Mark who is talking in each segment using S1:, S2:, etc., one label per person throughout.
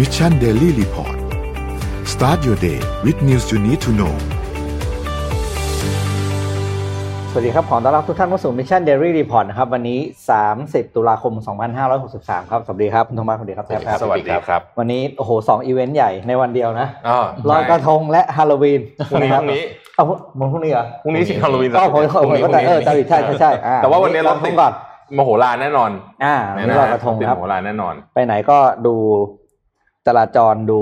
S1: Mission Daily Report start your day with news you need to know
S2: สวัสดีครับ ขอต้อนรับทุกท่านเข้าสู่ Mission Daily Report นะครับ วันนี้ 30 ตุลาคม 2563 ครับ สวัสดีครับ คุณธงมาสวัสดีครับแทบครับ
S3: สวัสดีครับ
S2: วันนี้ โอ้โหสองอีเวนต์ใหญ่ในวันเดียวนะ
S3: อ๋อ
S2: ลอยกระทงและฮาโลวีน
S3: พรุ่งนี้พรุ่งนี้
S2: เอาวันพรุ่งนี้เหรอ
S3: พรุ่งนี้สิฮาโลวีน
S2: ก็ผมผมก็แต่เออแต่ใช่ใช่ใช่อ่
S3: แต่ว่าวันนี้
S2: ล
S3: เรา
S2: อยกระท
S3: ติด
S2: งก่อน
S3: มโหฬารแน่นอน
S2: อ่าวันนี้ลอยกระทง
S3: ติด
S2: ครับ
S3: มโหฬารแน่นอน
S2: ไปไหนก็ดูจราจรดู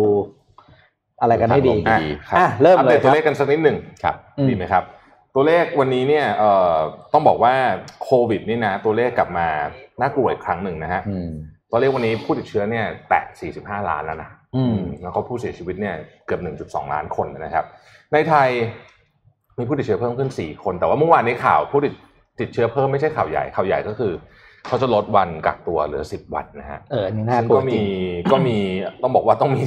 S2: อะไรกันให้ดี
S3: ทางลงดีครับ
S2: อ่ะเริ่ม
S3: อัป
S2: เล
S3: เด
S2: ย
S3: ต
S2: ค
S3: ตั
S2: รั
S3: ว
S2: บ
S3: เลขกันสักนิดหนึ่งครับ
S2: อืม
S3: ดีไหมครับ ตัวเลขวันนี้เนี่ยเอ่อต้องบอกว่าโควิดนี่นะ ตัวเลขกลับมาน่ากลัวอีกครั้งหนึ่งนะฮะ
S2: อืม
S3: ตัวเลขวันนี้ผู้ติดเชื้อเนี่ยแตะ 45 ล้านแล้วนะ
S2: อืม
S3: แล้วก็ผู้เสียชีวิตเนี่ยเกือบ 1.2 ล้านคนนะครับ ในไทยมีผู้ติดเชื้อเพิ่มขึ้น 4 คน แต่ว่าเมื่อวานในข่าวผู้ติดติดเชื้อเพิ่มไม่ใช่ข่าวใหญ่ ข่าวใหญ่ก็คือ เขาจะลดวันกักตัวเหลือ 10 วันนะฮะ
S2: เอออันนี่น่า
S3: ซึ่ง
S2: กลัว
S3: ก็
S2: จริ
S3: มี
S2: ง
S3: ก็มีต้องบอกว่าต้องมี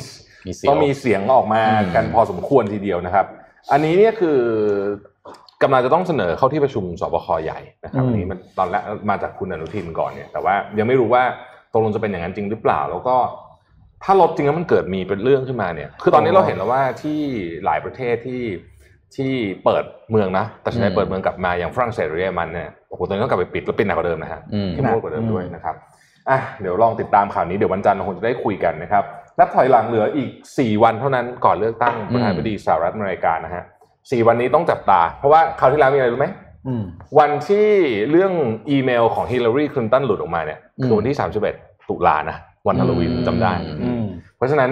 S4: มีเสียง
S3: ต้องมีเสียงออกมา
S4: อืม
S3: กันพอสมควรทีเดียวนะครับ อันนี้เนี่ยคือกำลังจะต้องเสนอเข้าที่ประชุมสบคใหญ่นะครับ
S2: อืม
S3: อันนี้มันตอนแรกมาจากคุณอนุทินก่อนเนี่ย แต่ว่ายังไม่รู้ว่าตกลงจะเป็นอย่างนั้นจริงหรือเปล่า แล้วก็ถ้าลดจริงแล้วมันเกิดมีเป็นเรื่องขึ้นมาเนี่ย คือตอนนี้เราเห็นแล้วว่าที่หลายประเทศที่ที่เปิดเมืองนะแต่ใช้เปิดเมืองกลับมาอย่างฝรั่งเศสหรือเยอรมันเนี่ยโอ้โหตอนนี้ก็กลับไปปิดแล้วปิดหนักกว่าเดิมนะฮะ
S4: อืม
S3: เข้มงวดกว่าเดิมด้วยนะครับ อ่ะ เดี๋ยวลองติดตามข่าวนี้เดี๋ยววันจันทร์เราคงจะได้คุยกันนะครับ นับถอยหลังเหลืออีก 4 วันเท่านั้นก่อนเลือกตั้งประธานาธิบดีสหรัฐอเมริกานะฮะสี่วันนี้ต้องจับตา เพราะว่าคราวที่แล้วมีอะไรรู้ไหม
S2: อืม
S3: วันที่เรื่องอีเมลของฮิลลารีคลินตันหลุดออกมาเนี่ย คือ
S2: ม
S3: วันที่ 31 ตุลานะ วันฮาโลวีนจำได้
S4: อื
S2: อืม
S3: เพราะฉะนั้น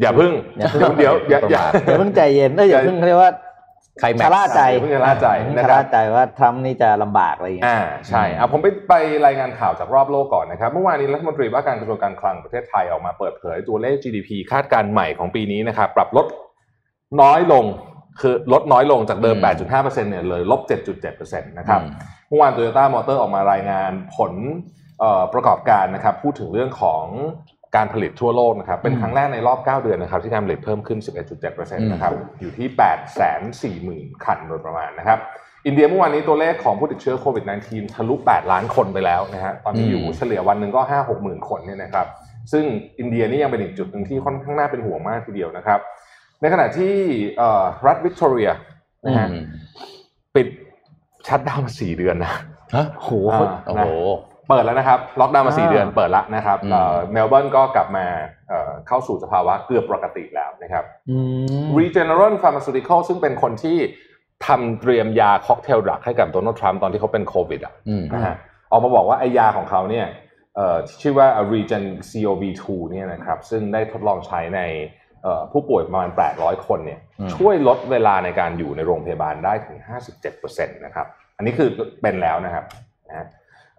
S3: อย่าพึ่ง
S2: อย่าพึ่ง
S3: เดี๋ยวเดี๋ยวอย่า
S2: อย่าเพิ่งใจเย็นเอออย่าเพิ่งเขาเรียกว่า
S4: ใครแม็
S2: ชะ
S4: กซ์
S2: ล่าใจ
S3: อย่าเพิ่งจะล่าใจ
S2: อย่าเพิ่ง
S3: นะ
S2: ชะ
S3: ครั
S2: ล่า
S3: บ
S2: ใจว่าทรัมป์นี่จะลำบากอะไรอย่างเงี้ย
S3: อ่าใช่อ่ะผมไปไปรายงานข่าวจากรอบโลกก่อนนะครับ เมื่อวานนี้รัฐมนตรีว่าการกระทรวงการคลังประเทศไทยออกมาเปิดเผยตัวเลข GDP คาดการณ์ใหม่ของปีนี้นะครับ ปรับลดน้อยลงคือลดน้อยลงจากเดิม 8.5%เนี่ยเลยลบ 7.7%นะครับ เมื่อวานโตโยต้ามอเตอร์ออกมารายงานผลเอ่อประกอบการนะครับพูดถึงเรื่องของการผลิตทั่วโลกนะครับเป็นครั้งแรกในรอบ 9 เดือนนะครับที่การผลิตเพิ่มขึ้น 11.7%นะครับอยู่ที่ 840,000 คันโดยประมาณนะครับ อินเดียเมื่อวานนี้ตัวเลขของผู้ติดเชื้อโควิด -19 ทะลุ 8 ล้านคนไปแล้วนะฮะตอนนี้
S4: อืม
S3: อยู่เฉลี่ยวันหนึ่งก็ 5 6 หมื่นคนเนี่ยนะครับซึ่งอินเดียนี่ยังเป็นอีกจุดหนึ่งที่ค่อนข้างน่าเป็นห่วงมากทีเดียวนะครับ ในขณะที่เอ่อรัฐวิกตอเรียนะฮะ ปิดชัดดาวน์มาสี่เดือนนะ
S4: ฮะ
S2: โห
S3: อ่า
S4: โอ้
S3: นะ
S4: โห
S3: เปิดแล้วนะครับ ล็อกดาวน์มาสี่
S2: อ่า
S3: เดือนเปิดละนะครับ
S4: อืม
S3: เอ่อเมลเบิร์นก็กลับมาเอ่อเข้าสู่สภาวะเกือบปกติแล้วนะครับ
S2: อืม
S3: Regeneron Pharmaceutical ซึ่งเป็นคนที่ทำเตรียมยาค็อกเทลดรักให้กับโดนัลด์ทรัมป์ตอนที่เขาเป็นโควิดอ่ะ
S4: อืม
S3: นะฮะออกมาบอกว่าไอยาของเขาเนี่ยเอ่อที่ชื่อว่า Regen COV2 เนี่ยนะครับซึ่งได้ทดลองใช้ในเอ่อผู้ป่วยประมาณ 800 คนเนี่ย
S4: อืม
S3: ช่วยลดเวลาในการอยู่ในโรงพยาบาลได้ถึง 57%นะครับ อันนี้คือเป็นแล้วนะครับนะฮะ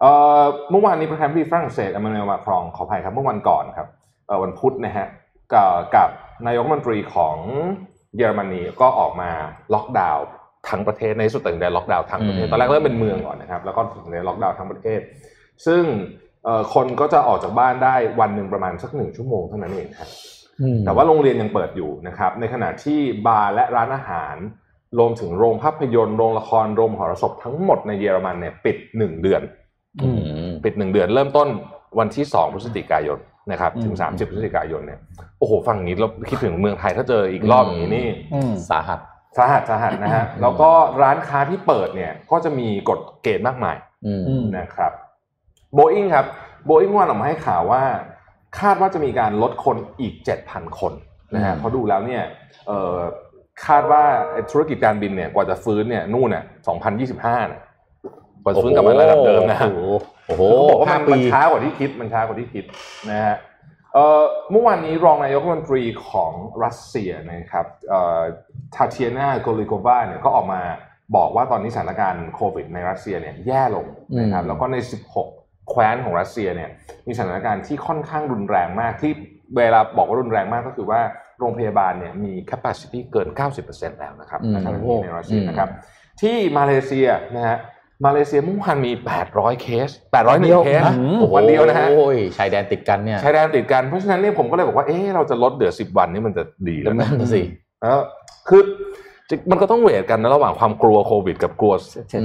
S3: เอ่อเมื่อวานนี้ประธานาธิบดีฝรั่งเศสอ m มานูเอลมาครองขออภัยครับเมื่อวันก่อนครับเอ่อวันพุธนะฮะกับกับนายกรัฐมนตรีของเยอรมนีก็ออกมาล็อกดาวน์ทั้งประเทศในที่สุดตัดสินใจล็อกดาวน์ทั้งประเทศ
S4: อืม
S3: ตอนแรกเริ่มเป็นเมืองก่อนนะครับ แล้วก็ตัดสินใจล็อกดาวน์ทั้งประเทศ ซึ่งเอ่อคนก็จะออกจากบ้านได้วันหนึ่งประมาณสักหนึ่งชั่วโมงเท่านั้นเองครับ แต่ว่าโรงเรียนยังเปิดอยู่นะครับ ในขณะที่บาร์และร้านอาหาร รวมถึงโรงภาพยนตร์ โรงละคร โรงมหรสพทั้งหมดในเยอรมันเนี่ยปิด 1 เดือน
S4: อืม
S3: ปิด 1 เดือนเริ่มต้นวันที่ 2 พฤศจิกายนนะครับถึง
S2: อืม
S3: 30 พฤศจิกายนเนี่ยโอ้โหฟังอย่างนี้เราคิดถึงเมืองไทยถ้าเจออีกรอบอย่างนี้นี่
S2: อืม
S4: สาหัส
S3: สาหัสสาหัสนะฮะ
S4: อืม
S3: แล้วก็ร้านค้าที่เปิดเนี่ยก็จะมีกฎเกณฑ์มากมาย
S4: อืม
S2: อืม
S3: นะครับโบอิงครับโบอิงวันออกมาให้ข่าวว่า คาดว่าจะมีการลดคนอีก 7,000 คนนะฮะ
S4: อืม
S3: เพราะดูแล้วเนี่ยเอ่อคาดว่าไอ้ธุรกิจการบินเนี่ยกว่าจะฟื้นเนี่ยนู่นน่ะ2025น่ะกว่าจะฟื้นกลับมาระดับเดิมนะฮะ
S4: โอ้โห
S3: เขาบอกว่ามัน
S4: ห้
S3: มันช้ากว่าที่คิดมันช้ากว่าที่คิดนะฮะเอ่อเมื่อวานนี้รองนายกรัฐมนตรีของรัสเซียนะครับทาเทียนาโกลิโกวาเนี่ยก็ออกมาบอกว่าตอนนี้สถานการณ์โควิดในรัสเซียเนี่ยแย่ลงนะครับแล้วก็ใน 16 แคว้นของรัสเซียเนี่ยมีสถานการณ์ที่ค่อนข้างรุนแรงมากที่เวลาบอกว่ารุนแรงมากก็คือว่าโรงพยาบาลเนี่ยมี capacity เกิน 90%แล้วนะครับในขณะที่ในรัสเซียนะครับ ที่มาเลเซียนะฮะมาเลเซียเมื่อวานมี 800 เคส 801 เคส
S2: เดียวนะ
S3: โอ้โหวันเดียวนะฮะ
S4: โอ้ยชายแดนติดกันเนี่ย
S3: ชายแดนติดกันเพราะฉะนั้นเนี่ยผมก็เลยบอกว่าเอ๊ะเราจะลดเหลือ 10 วันนี่มันจะดีแล้ว
S4: นั่
S3: นะ
S4: นน่ะสิ
S3: เออคือจะมันก็ต้องเวทกันนะระหว่างความกลัวโควิด กับกลัว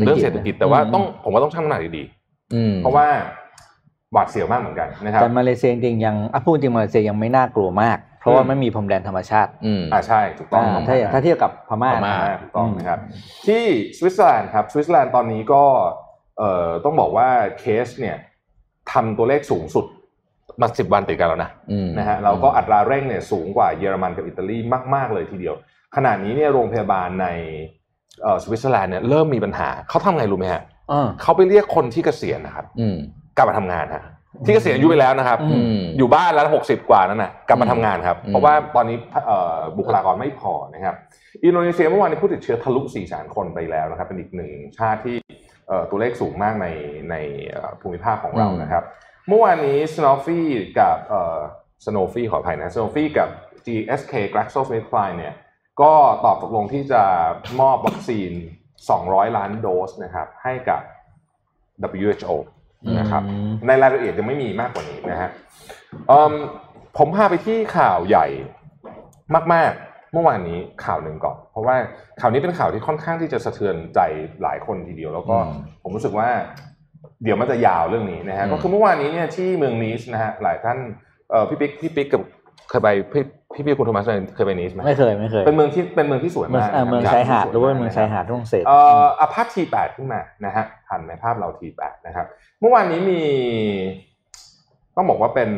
S3: เรื่องเศรษฐกิจแต่ว่า
S4: อืม
S3: ต้องผมว่าต้องชั่งน้ำหนักดี
S4: อืม
S3: ๆเพราะว่า หวาดเสียวมากเหมือนกันนะครับ
S2: แต่มาเลเซียจริงๆยังอ่ะพูดจริงมาเลเซียยังไม่น่ากลัวมาก เพราะว่า
S3: อืม
S2: ไม่มีพรมแดนธรรมชาติ
S4: อืม
S3: อ่าใช่ถูกต้อง
S2: อ่า
S3: ต้อง
S2: ถ้าอย่างถ้าเทียบกับพม่า
S4: พม่า
S3: ถูกต้องนะครับ ที่สวิตเซอร์แลนด์ครับสวิตเซอร์แลนด์ตอนนี้ก็เอ่อต้องบอกว่าเคสเนี่ยทำตัวเลขสูงสุดมาสิบวันติดกันแล้วนะ
S4: อืม
S3: นะฮะเราก็อัตราเร่งเนี่ยสูงกว่าเยอรมันกับอิตาลีมาก ๆ เลยทีเดียว ขณะนี้เนี่ยโรงพยาบาลในเอ่อสวิตเซอร์แลนด์เนี่ยเริ่มมีปัญหาเขาทำไงรู้ไหมฮะ
S2: อืม
S3: เขาไปเรียกคนที่เกษียณนะครับ
S4: อืม
S3: กลับมาทำงานฮะที่เกษียณอายุไปแล้วนะครับ
S2: อื
S4: อืม
S3: อยู่บ้านแล้วหกสิบกว่านั่นนะกลับมาทำงานครับ
S4: อืม
S3: เพราะว่าตอนนี้เอ่อบุคลากรไม่พอนะครับ อินโดนีเซียเมื่อวานนี้ผู้ติดเชื้อทะลุ4แสนคนไปแล้วนะครับ เป็นอีกหนึ่งชาติที่เอ่อตัวเลขสูงมากในในเอ่อภูมิภาคของเรานะครับ เมื่อวานนี้ s n o f i กับสโนฟี่อ Sanofi ขออภัยนะ s n o f i กับ GSK GlaxoSmithKline เนี่ยก็ตอบตกลงที่จะมอบวัคซีน 200 ล้านโดสนะครับให้กับ WHO นะครับ ในรายละเอียดยังไม่มีมากกว่านี้นะฮะเอิ่มผมพาไปที่ข่าวใหญ่มากๆ เมื่อวานนี้ข่าวหนึ่งก่อน เพราะว่าข่าวนี้เป็นข่าวที่ค่อนข้างที่จะสะเทือนใจหลายคนทีเดียว แล้วก็
S4: อืม
S3: ผมรู้สึกว่า เดี๋ยวมันจะยาวเรื่องนี้นะฮะ
S4: อืม
S3: ก็คือเมื่อวานนี้เนี่ยที่เมืองนีสนะฮะหลายท่านเอ่อพี่ปิ๊กพี่ปิ๊กกับเคยไปพี่พี่ปิ๊กคุณโทมัสเคยไปนีสไหม
S2: ไม่เคยไม่เคย
S3: เป็นเมืองที่เป็นเมืองที่สวย
S2: เมือง
S3: มาก
S2: เอ่อเมือง
S3: นะครับ
S2: ชายหาด
S3: ป็
S2: รู้ว่า
S3: ที่สก
S2: เมืองชาย
S3: ะครั
S2: หา
S3: บ
S2: ดฝรั่งเศส
S3: เอ่ออาพาร์ตทีแปดขึ้นมานะฮะทันไหมภาพเราทีแปดนะครับ เมื่อวานนี้มี ต้องบอกว่าเป็น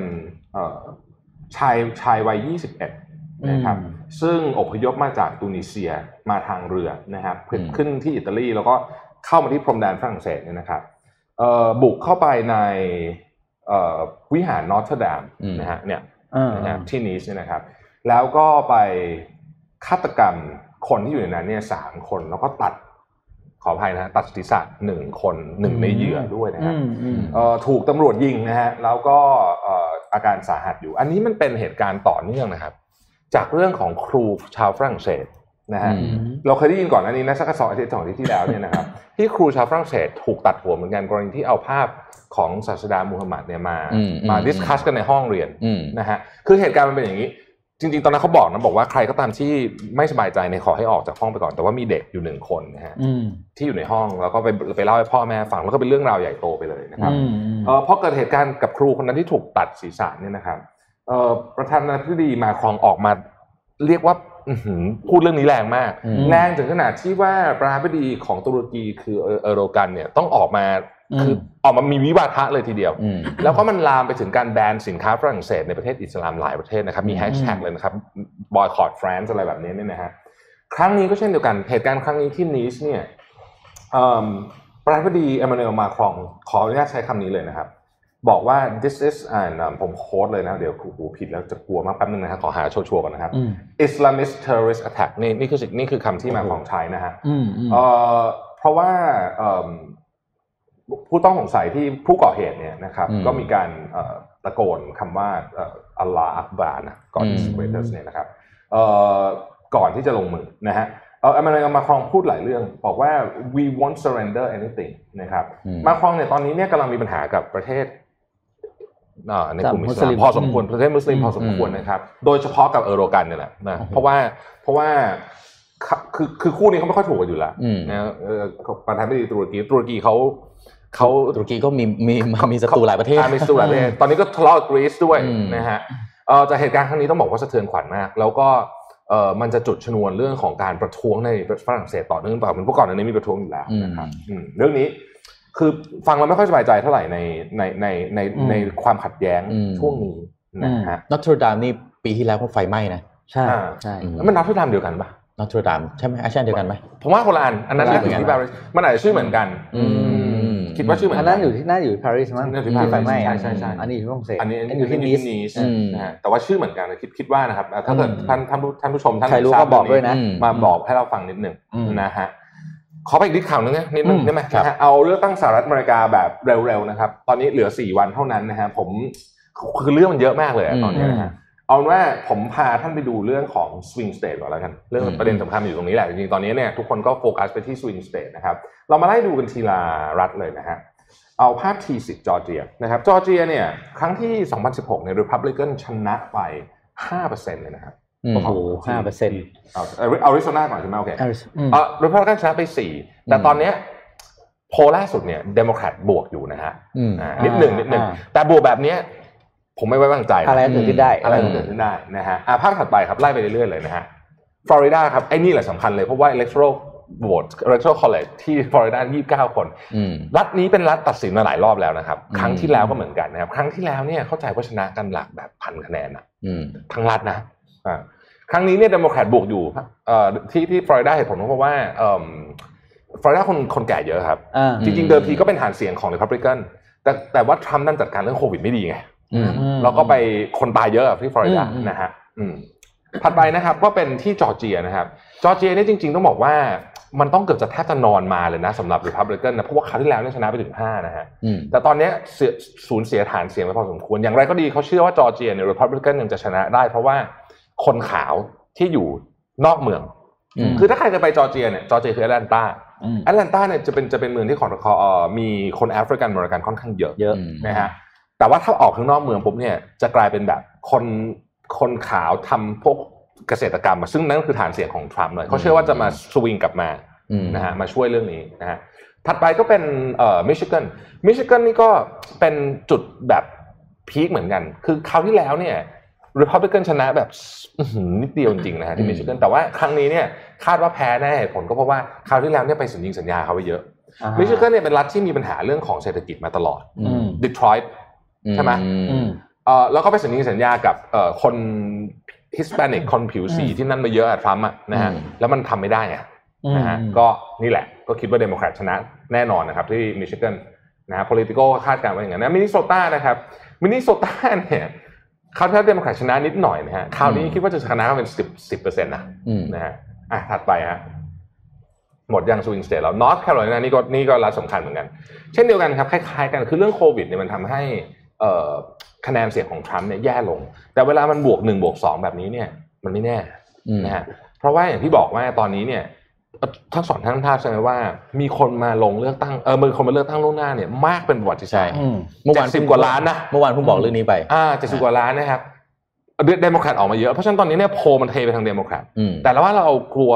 S3: เอ่อชายชายวัยยี่สิบเอ็ดนะครับ
S2: อืม
S3: ซึ่งอพยพมาจากตุนิเซียมาทางเรือนะครับขึ้น
S4: อืม
S3: ขึ้นที่อิตาลีแล้วก็เข้ามาที่พรมแดนฝรั่งเศสเนี่ยนะครับเอ่อบุกเข้าไปในเอ่อวิหารนอตเทอร์ดามนะฮะเนี่ย
S2: อ่า
S3: นะครับที่นีสเนี่ยนะครับ แล้วก็ไปฆาตกรรมคนที่อยู่ในนั้นเนี่ยสามคน แล้วก็ตัดขออภัยนะฮะตัดศีรษะหนึ่งคนหนึ่งในเหยื่อด้วยนะค
S2: อื
S3: รับ
S2: มอืม
S3: เอ่อถูกตำรวจยิงนะฮะแล้วก็เอ่ออาการสาหัสอยู่ อันนี้มันเป็นเหตุการณ์ต่อเนื่องนะครับ จากเรื่องของครูชาวฝรั่งเศสนะฮะ
S4: อืม
S3: เราเคยได้ยินก่อนอันานี้นะสักสองอาทิตย์สองอาทิตย์ที่แล้วเนี่ยนะครับ ที่ครูชาวฝรั่งเศสถูกตัดหัวเหมือนกันกรณีที่เอาภาพของศาสดามูฮัมหมัดเนี่ยมา
S4: อืม
S3: มา
S4: อืม
S3: ดิสคัสกันในห้องเรียน
S4: อืม
S3: นะฮะคือเหตุการณ์มันเป็นอย่างนี้ จริง ๆ ตอนนั้นเขาบอกนะบอกว่าใครก็ตามที่ไม่สบายใจในยขอให้ออกจากห้องไปก่อนแต่ว่ามีเด็กอยู่หนึ่งคนนะฮะ
S2: อืม
S3: ที่อยู่ในห้องแล้วก็ไปไปเล่าให้พ่อแม่ฟังแล้วก็เป็นเรื่องราวใหญ่โตไปเลยนะครับ
S2: อืมอืม
S3: เออพอเกิดเหตุการณ์กับครูคนนั้นที่ถูกตัดศีรษะเนี่ยนะครับเออประธานาธิบดีมาครองออกมา เรียกว่าอื้อหือพูดเรื่องนี้แรงมาก
S4: อืม
S3: แรงถึงขนาดที่ว่าประธานาธิบดีของตุรกีคือเออเออโรกันเนี่ยต้องออกมาคือออกมามีวิวาทะเลยทีเดียว
S4: อืม
S3: แล้วก็มันลามไปถึงการแบนสินค้าฝรั่งเศสในประเทศอิสลามหลายประเทศนะครับ มีแฮชแท็กเลยนะครับบอยคอ t แฟรนซ์อะไรแบบนี้เนี่ยนะฮะครั้งนี้ก็เช่นเดียวกัน เหตุการณ์ครั้งนี้ที่นีสเนี่ยเอิ่มประธานาธิบดีเอมมานูเอลมาครองขออนุญาตใช้คำนี้เลยนะครับ บอกว่า this is an เอิ่มผมโค้ดเลยนะ เดี๋ยวโอ้โหผิดแล้วจะกลัวมากแป๊บนึงนะครับขอหาชัวร์ๆก่อนนะครับ
S2: อืม
S3: Islamist terrorist attack นี่นี่คือสิ่งนี่คือคำที่มาของใช้นะฮะ
S2: อืมอืม
S3: เอ่อเพราะว่าเอิ่มผู้ต้องสงสัยที่ผู้ก่อเหตุเนี่ยนะครับ
S4: อืม
S3: ก็มีการเอ่อตะโกนคำว่าอัลลาอักบานะก่อน
S4: อืม
S3: สเวเตอร์เนี่ยนะครับเอ่อก่อนที่จะลงมือนะฮะเออมามาครองพูดหลายเรื่อง บอกว่า we won't surrender anything นะครับ
S4: อืม
S3: มาครองเนี่ยตอนนี้เนี่ยกำลังมีปัญหากับประเทศเอ่อในกลุ่ม
S2: กับ
S3: อิ
S2: มุ
S3: ส
S2: ส
S3: ลา
S2: ลิ
S3: ม
S2: ม
S3: พอสมควร
S2: อืม
S3: ประเทศมุสลิมพอสมควรนะครับ โดยเฉพาะกับเออโรกันเนี่ยแหละนะเพราะว่าเพราะว่าครับคือคือคู่นี้เขาไม่ค่อยถูกกันอยู่แล้ว
S4: อืม
S3: นะเอ่อประธานาธิบดีตุรกีตุรกีเขาเขา
S4: ตุรกีก็มีมีมีศัตรูหลายประเทศ
S3: อามิสตูหลายประเทศตอนนี้ก็ทะเลาะกับกรีซด้วย
S4: อืม
S3: นะฮะเอ่อจากเหตุการณ์ครั้งนี้ต้องบอกว่าสะเทือนขวัญมาก แล้วก็เอ่อมันจะจุดชนวนเรื่องของการประท้วงในฝรั่งเศสต่อเนื่องหรือเปล่ามันเมื่อก่อนอันนี้มีประท้วงอยู่แล้วนะครับอืมเรื่องนี้คือฟังเราไม่ค่อยสบายใจเท่าไหร่ในในในใน
S2: อืม
S3: ในความขัดแย้ง
S4: อืม
S3: ช่วงนี้นะฮะ
S4: นอตเทอร์ดามนี่ปีที่แล้วก็ไฟไหม้นะ
S2: ใช่
S3: อ่า
S2: ใช่
S4: อืม
S3: แล้วมันนับที่ทำเดียวกันปะ
S4: นอตเทอร์ดามใช่ไหมอาเช่นเดียวกันไหม
S3: ผมว่าคนละอันอันนั้น
S2: คนละอั
S3: น่าน จะอยู่ที่ปารีสมันอาจจะชื่อเหมือนกัน
S4: อืม
S3: อืมคิดว่าชื่อเหมือน
S2: อั
S3: กัน น
S2: นั้นอยู่ที่น่าอยู่ที่ปารีสมั้ง
S3: น่าอยู่ที่
S2: ที่ไฟไหม้
S3: ปารีสใช่ใช่ใช่
S2: อันนี้อยู่ที่ฝรั่งเศส
S3: อันนี้อันนี้
S2: อยู่ที่นิส
S3: สนะฮะแต่ว่าชื่อเหมือนกันนะคิดคิดว่านะครับอ่ะถ้าเกิด
S2: อืม
S3: ท่านท่านผู้ท่านผู้ชมท่าน
S2: ใครรู้
S3: ทา
S2: ก็
S3: บ
S2: บอกด้วยนะ
S4: อืม
S3: มาบอกให้เราฟังนิดหนึ่ง
S2: อืม
S3: นะฮะขอไปอีกนิดข่าวนึงนะนิดนึง
S2: อืม
S3: ได้ไหม
S4: ครับ
S3: นะฮะเอาเลือกตั้งสหรัฐอเมริกาแบบเร็วๆนะครับ ตอนนี้เหลือสี่วันเท่านั้นนะฮะผมคือเรื่องมันเยอะมากเลยอะตอนนี้นะฮะเอาเป็นว่าผมพาท่านไปดูเรื่องของสวิงสเตทก่อนแล้วกันเรื่องประเด็นสำคัญมันอยู่ตรงนี้แหละจริงๆตอนนี้เนี่ยทุกคนก็โฟกัสไปที่สวิงสเตทนะครับ เรามาไล่ดูกันทีละรัฐเลยนะฮะ เอาภาพทีสิบจอร์เจียนะครับ จอร์เจียเนี่ยครั้งที่ 2016เนี่ยรีพับลิกันชนะไป 5%เลยนะครับ
S4: อืม
S2: โอ้โหห้าเปอร์เซ็นต์
S3: เอาเอาริโซนาก่อนใช่ไหมโอเค
S2: อืม
S3: เออรีพับลิกันชนะไปสี่แต่
S4: อืม
S3: ตอนเนี้ย โพลล่าสุดเนี่ยเดโมแครตบวกอยู่นะฮะ
S4: อืม
S3: อ่านิดหนึ่งนิดหนึ่งแต่บวกแบบเนี้ยผมไม่ไว้วางใจน
S2: อะไรเกิดขึ้นได้
S3: อะไรมันเกิดขึ้นได้นะฮะอ่ะภาพถัดไปครับ ไล่ไปเรื่อยๆเลยนะฮะฟลอริดาครับ ไอ้นี่แหละสำคัญเลย เพราะว่า electoral vote electoral college ที่ฟลอริดา 29 คน
S4: อืม
S3: รัฐนี้เป็นรัฐตัดสินมาหลายรอบแล้วนะครับ
S4: อืม
S3: ครั้งที่แล้วก็เหมือนกันนะครับ ครั้งที่แล้วเนี่ยเข้าใจว่าชนะกันหลักแบบพันคะแนนอะ
S4: อืม
S3: ทั้งรัฐนะอ่าครั้งนี้เนี่ยเดโมแครตบวกอยู่เอ่อที่ที่ฟลอริดาเหตุผลก็เพราะว่าเอิ่มฟลอริดาคนคนแก่เยอะครับ
S2: อ่า
S3: จริงๆเดิมทีก็เป็นฐานเสียงของเดโมแครตแต่แต่ว่าทรัมป์นั่นจัดการเรื่องโควิดไม่ดีไง
S4: อืม
S2: อืม
S3: แล้วก็ไปคนตายเยอะอะที่ฟลอริดา
S2: อืม
S3: นะฮะอืมถัดไปนะครับก็เป็นที่จอร์เจียนะครับ จอร์เจียเนี่ยจริงๆ ต้องบอกว่ามันต้องเกือบจะแทบจะนอนมาเลยนะสำหรับริพับลิกันนะเพราะว่าคราวที่แล้วเนี่ยชนะไปถึง 5 นะฮะ
S4: อืม
S3: แต่ตอนเนี้ยเสียสูญเสียฐานเสียงไปพอสมควร อย่างไรก็ดีเขาเชื่อว่าจอร์เจียเนี่ยริพับลิกันยังจะชนะได้ เพราะว่าคนขาวที่อยู่นอกเมือง
S4: อืม
S3: คือถ้าใครจะไปจอร์เจียเนี่ยจอร์เจียคือแอตแลนตา
S2: อืม
S3: แอตแลนตาเนี่ยจะเป็นจะเป็นเมืองที่ของเอ่อมีคนแอฟริกันอเมริกันค่อนข้างเยอะ
S2: เยอะ
S3: นะฮะแต่ว่าถ้าออกข้างนอกเมืองปุ๊บเนี่ยจะกลายเป็นแบบคนคนขาวทำพวกเกษตรกรรมอะซึ่งนั่นคือฐานเสียงของทรัมป์เลยเขาเชื่อว่าจะมาสวิงกลับมา
S4: อืม
S3: นะฮะมาช่วยเรื่องนี้นะฮะถัดไปก็เป็นเอ่อมิชิแกนมิชิแกนนี่ก็เป็นจุดแบบพีคเหมือนกัน คือคราวที่แล้วเนี่ยริพับลิกันชนะแบบอื้อหือนิดเดียวจริงๆนะฮะที่มิชิแกนแต่ว่าครั้งนี้เนี่ยคาดว่าแพ้แน่เหตุผลก็เพราะว่าคราวที่แล้วเนี่ยไปสัญญิงสัญญาเขาไปเยอะ
S2: อ่า
S3: มิชิแกนเนี่ยเป็นรัฐที่มีปัญหาเรื่องของเศรษฐกิจมาตลอด
S4: อื
S2: อื
S4: ม
S2: ม
S3: ดีทรอยต์ ใช่ไหม
S4: อื
S2: อื
S4: ม
S2: ม
S3: เอ่อแล้วก็ไปสัญญิงสัญญากับเอ่อคนฮิสแปนิกคนผิวสีที่นั่นมาเยอะอะทรัมป์อะนะฮะ
S4: อืม
S3: แล้วมันทำไม่ได้อะนะฮะ
S2: อืม
S3: ก็นี่แหละก็คิดว่าเดโมแครตชนะแน่นอนนะครับที่มิชิแกนนะฮะ political ก็คาดการณ์ไว้อย่างนั้นนะมินนิโซตานะครับมินนิโซตาเนี่ยคราวที่แล้วเดโมแครตชนะนิดหน่อยนะฮะคราวนี้คิดว่าจะชนะเป็นสิบสิบเปอร์เซ็นต์นะ
S4: อืม
S3: นะฮะ อ่ะ ถัดไปฮะ หมดยังสวิงสเตทแล้ว นอร์ทแคโรไลนานี่ก็นี่ก็รัฐสำคัญเหมือนกัน เช่นเดียวกันครับ คล้ายๆ กัน คือเรื่องโควิดเนี่ยมันทำให้เอ่อคะแนนเสียงของทรัมป์เนี่ยแย่ลง แต่เวลามันบวกหนึ่งบวกสองแบบนี้เนี่ย มันไม่แน่
S4: อืม
S3: นะฮะ เพราะว่าอย่างที่บอกว่าตอนนี้เนี่ยเอ่อทั้งสองทั้งท่าใช่ไหมว่า มีคนมาลงเลือกตั้ง เออมีคนมาเลือกตั้งล่วงหน้าเนี่ยมากเป็นประวัติศาสตร์
S4: ใช่
S2: อืม
S4: เมื่อวาน
S3: สิบกว่าล้านนะ
S4: เมื่อวานเพิ่งบอกเรื่องนี้ไป
S3: อ่าเจ็ดสิบกว่าล้านนะครับเดโมแครตออกมาเยอะ เพราะฉะนั้นตอนนี้เนี่ยโพลมันเทไปทางเดโมแครต
S4: อืม
S3: แต่แล้วว่าเรากลัว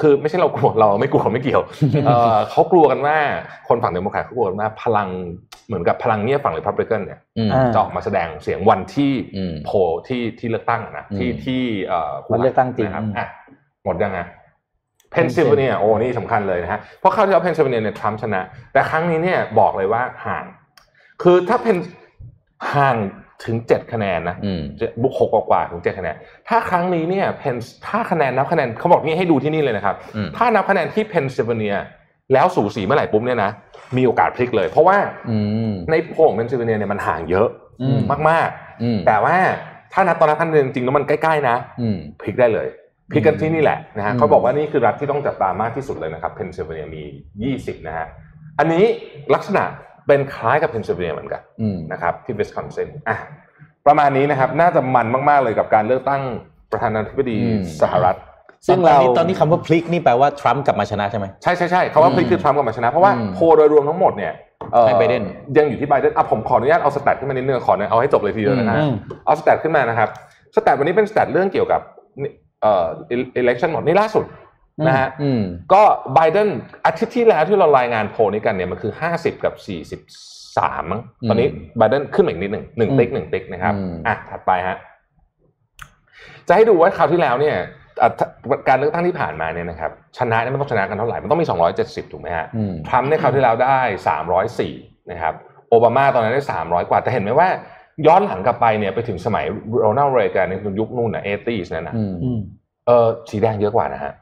S3: คือไม่ใช่เรากลัวเราไม่กลัวไม่เกี่ ยวเอ่อเขากลัวกันว่าคนฝั่งเดโมแครตเขากลัวกันว่าพลังเหมือนกับพลังเงียบฝั่งรีพับลิกันเนี่ย
S4: อืม
S2: อ่า
S3: จะออกมาแสดงเสียงวันที่
S4: อืม
S3: โพลที่ที่เลือกตั้งนะที่
S4: อืม
S3: ที่เอ่อ
S2: วันเลือกตั้งจริง
S3: นะครับ
S2: อืม
S3: อ่ะหมดยังไงเพนซิลเวเนียโอ้นี่สำคัญเลยนะฮะเพราะคราวที่แล้วเพนซิลเวเนียเนี่ยทรัมป์ชนะ แต่ครั้งนี้เนี่ยบอกเลยว่าห่าง คือถ้าเพนห่างถึงเจ็ดคะแนนนะ
S4: อืม
S3: เจ็ดบุกหกกว่าๆถึงเจ็ดคะแนน ถ้าครั้งนี้เนี่ยเพนถ้าคะแนนนับคะแนนเขาบอกนี่ให้ดูที่นี่เลยนะครับ
S4: อืม
S3: ถ้านับคะแนนที่เพนซิลเวเนีย แล้วสูสีเมื่อไหร่ปุ๊บเนี่ยนะ มีโอกาสพลิกเลย เพราะว่า
S4: อืม
S3: ในโพลของเพนซิลเวเนียเนี่ยมันห่างเยอะ
S2: อืม
S3: มาก
S4: อืม
S3: ๆ แต่ว่าถ้านับตอนนับคะแนนจริงๆแล้วมันใกล้ๆนะ
S4: อืม
S3: พลิกได้เลยพลิกกันที่นี่แหละนะฮะ
S4: อืม
S3: เขาบอกว่านี่คือรัฐที่ต้องจับตามากที่สุดเลยนะครับเพนซิลเวเนียมี20นะฮะอันนี้ลักษณะเป็นคล้ายกับเพนซิลเวเนียเหมือนกัน
S4: อืม
S3: นะครับที่วิสคอนซินอ่ะประมาณนี้นะครับ น่าจะมันมาก ๆ เลยกับการเลือกตั้งประธานาธิบดี
S4: อืม
S3: สหรัฐ
S2: ซึ่งเรา
S4: ตอนนี้ตอนนี้คำว่าพลิกนี่แปลว่าทรัมป์กลับมาชนะใช่ไหม
S3: ใช่ใช่ใช่เขาว่าพลิกคือทรัมป์กลับมาชนะ เพราะว่า
S4: อืม
S3: โพลโดยรวมทั้งหมดเนี่ยเอ่อ
S4: ให้ไบเดน
S3: ยังอยู่ที่ไบเดนอ่ะผมขออนุญาตเอาสแตทขึ้นมานิดนึงขอนะเอาให้จบเลยทีเดียวนะฮะ
S2: อืม
S3: เอาสแตทขึ้นมานะครับสแตทวันนี้เป็นสแตทเรื่องเกี่ยวกับเอ่อ election หมดนี่ล่าสุดนะฮะ
S4: อืม
S3: ก็ไบเดนอาทิตย์ที่แล้วที่เรารายงานโพลนี้กันเนี่ยมันคือ 50 กับ 43มั้งตอนนี้
S4: อืม
S3: ไบเดนขึ้นมาอีกนิดหนึ่งหนึ่งติ๊กหนึ่งติ๊กนะครับ
S4: อืม
S3: อ่ะถัดไปฮะ จะให้ดูว่าคราวที่แล้วเนี่ยอ่ะถ้าการเลือกตั้งที่ผ่านมาเนี่ยนะครับชนะเนี่ยมันต้องชนะกันเท่าไหร่ มันต้องมี 270 ถูกไหมฮะ
S4: อืม
S3: ทรัมป์เนี่ยคราวที่แล้วได้ 304 นะครับโอบามาตอนนั้นได้ 300 กว่า แต่เห็นไหมว่าย้อนหลังกลับไปเนี่ยไปถึงสมัยโรนัลด์เรแกนในยุคนู่นนะเอตีสนั่นนะ
S4: อืม
S2: อืม
S3: เออสีแดงเยอะกว่านะฮะ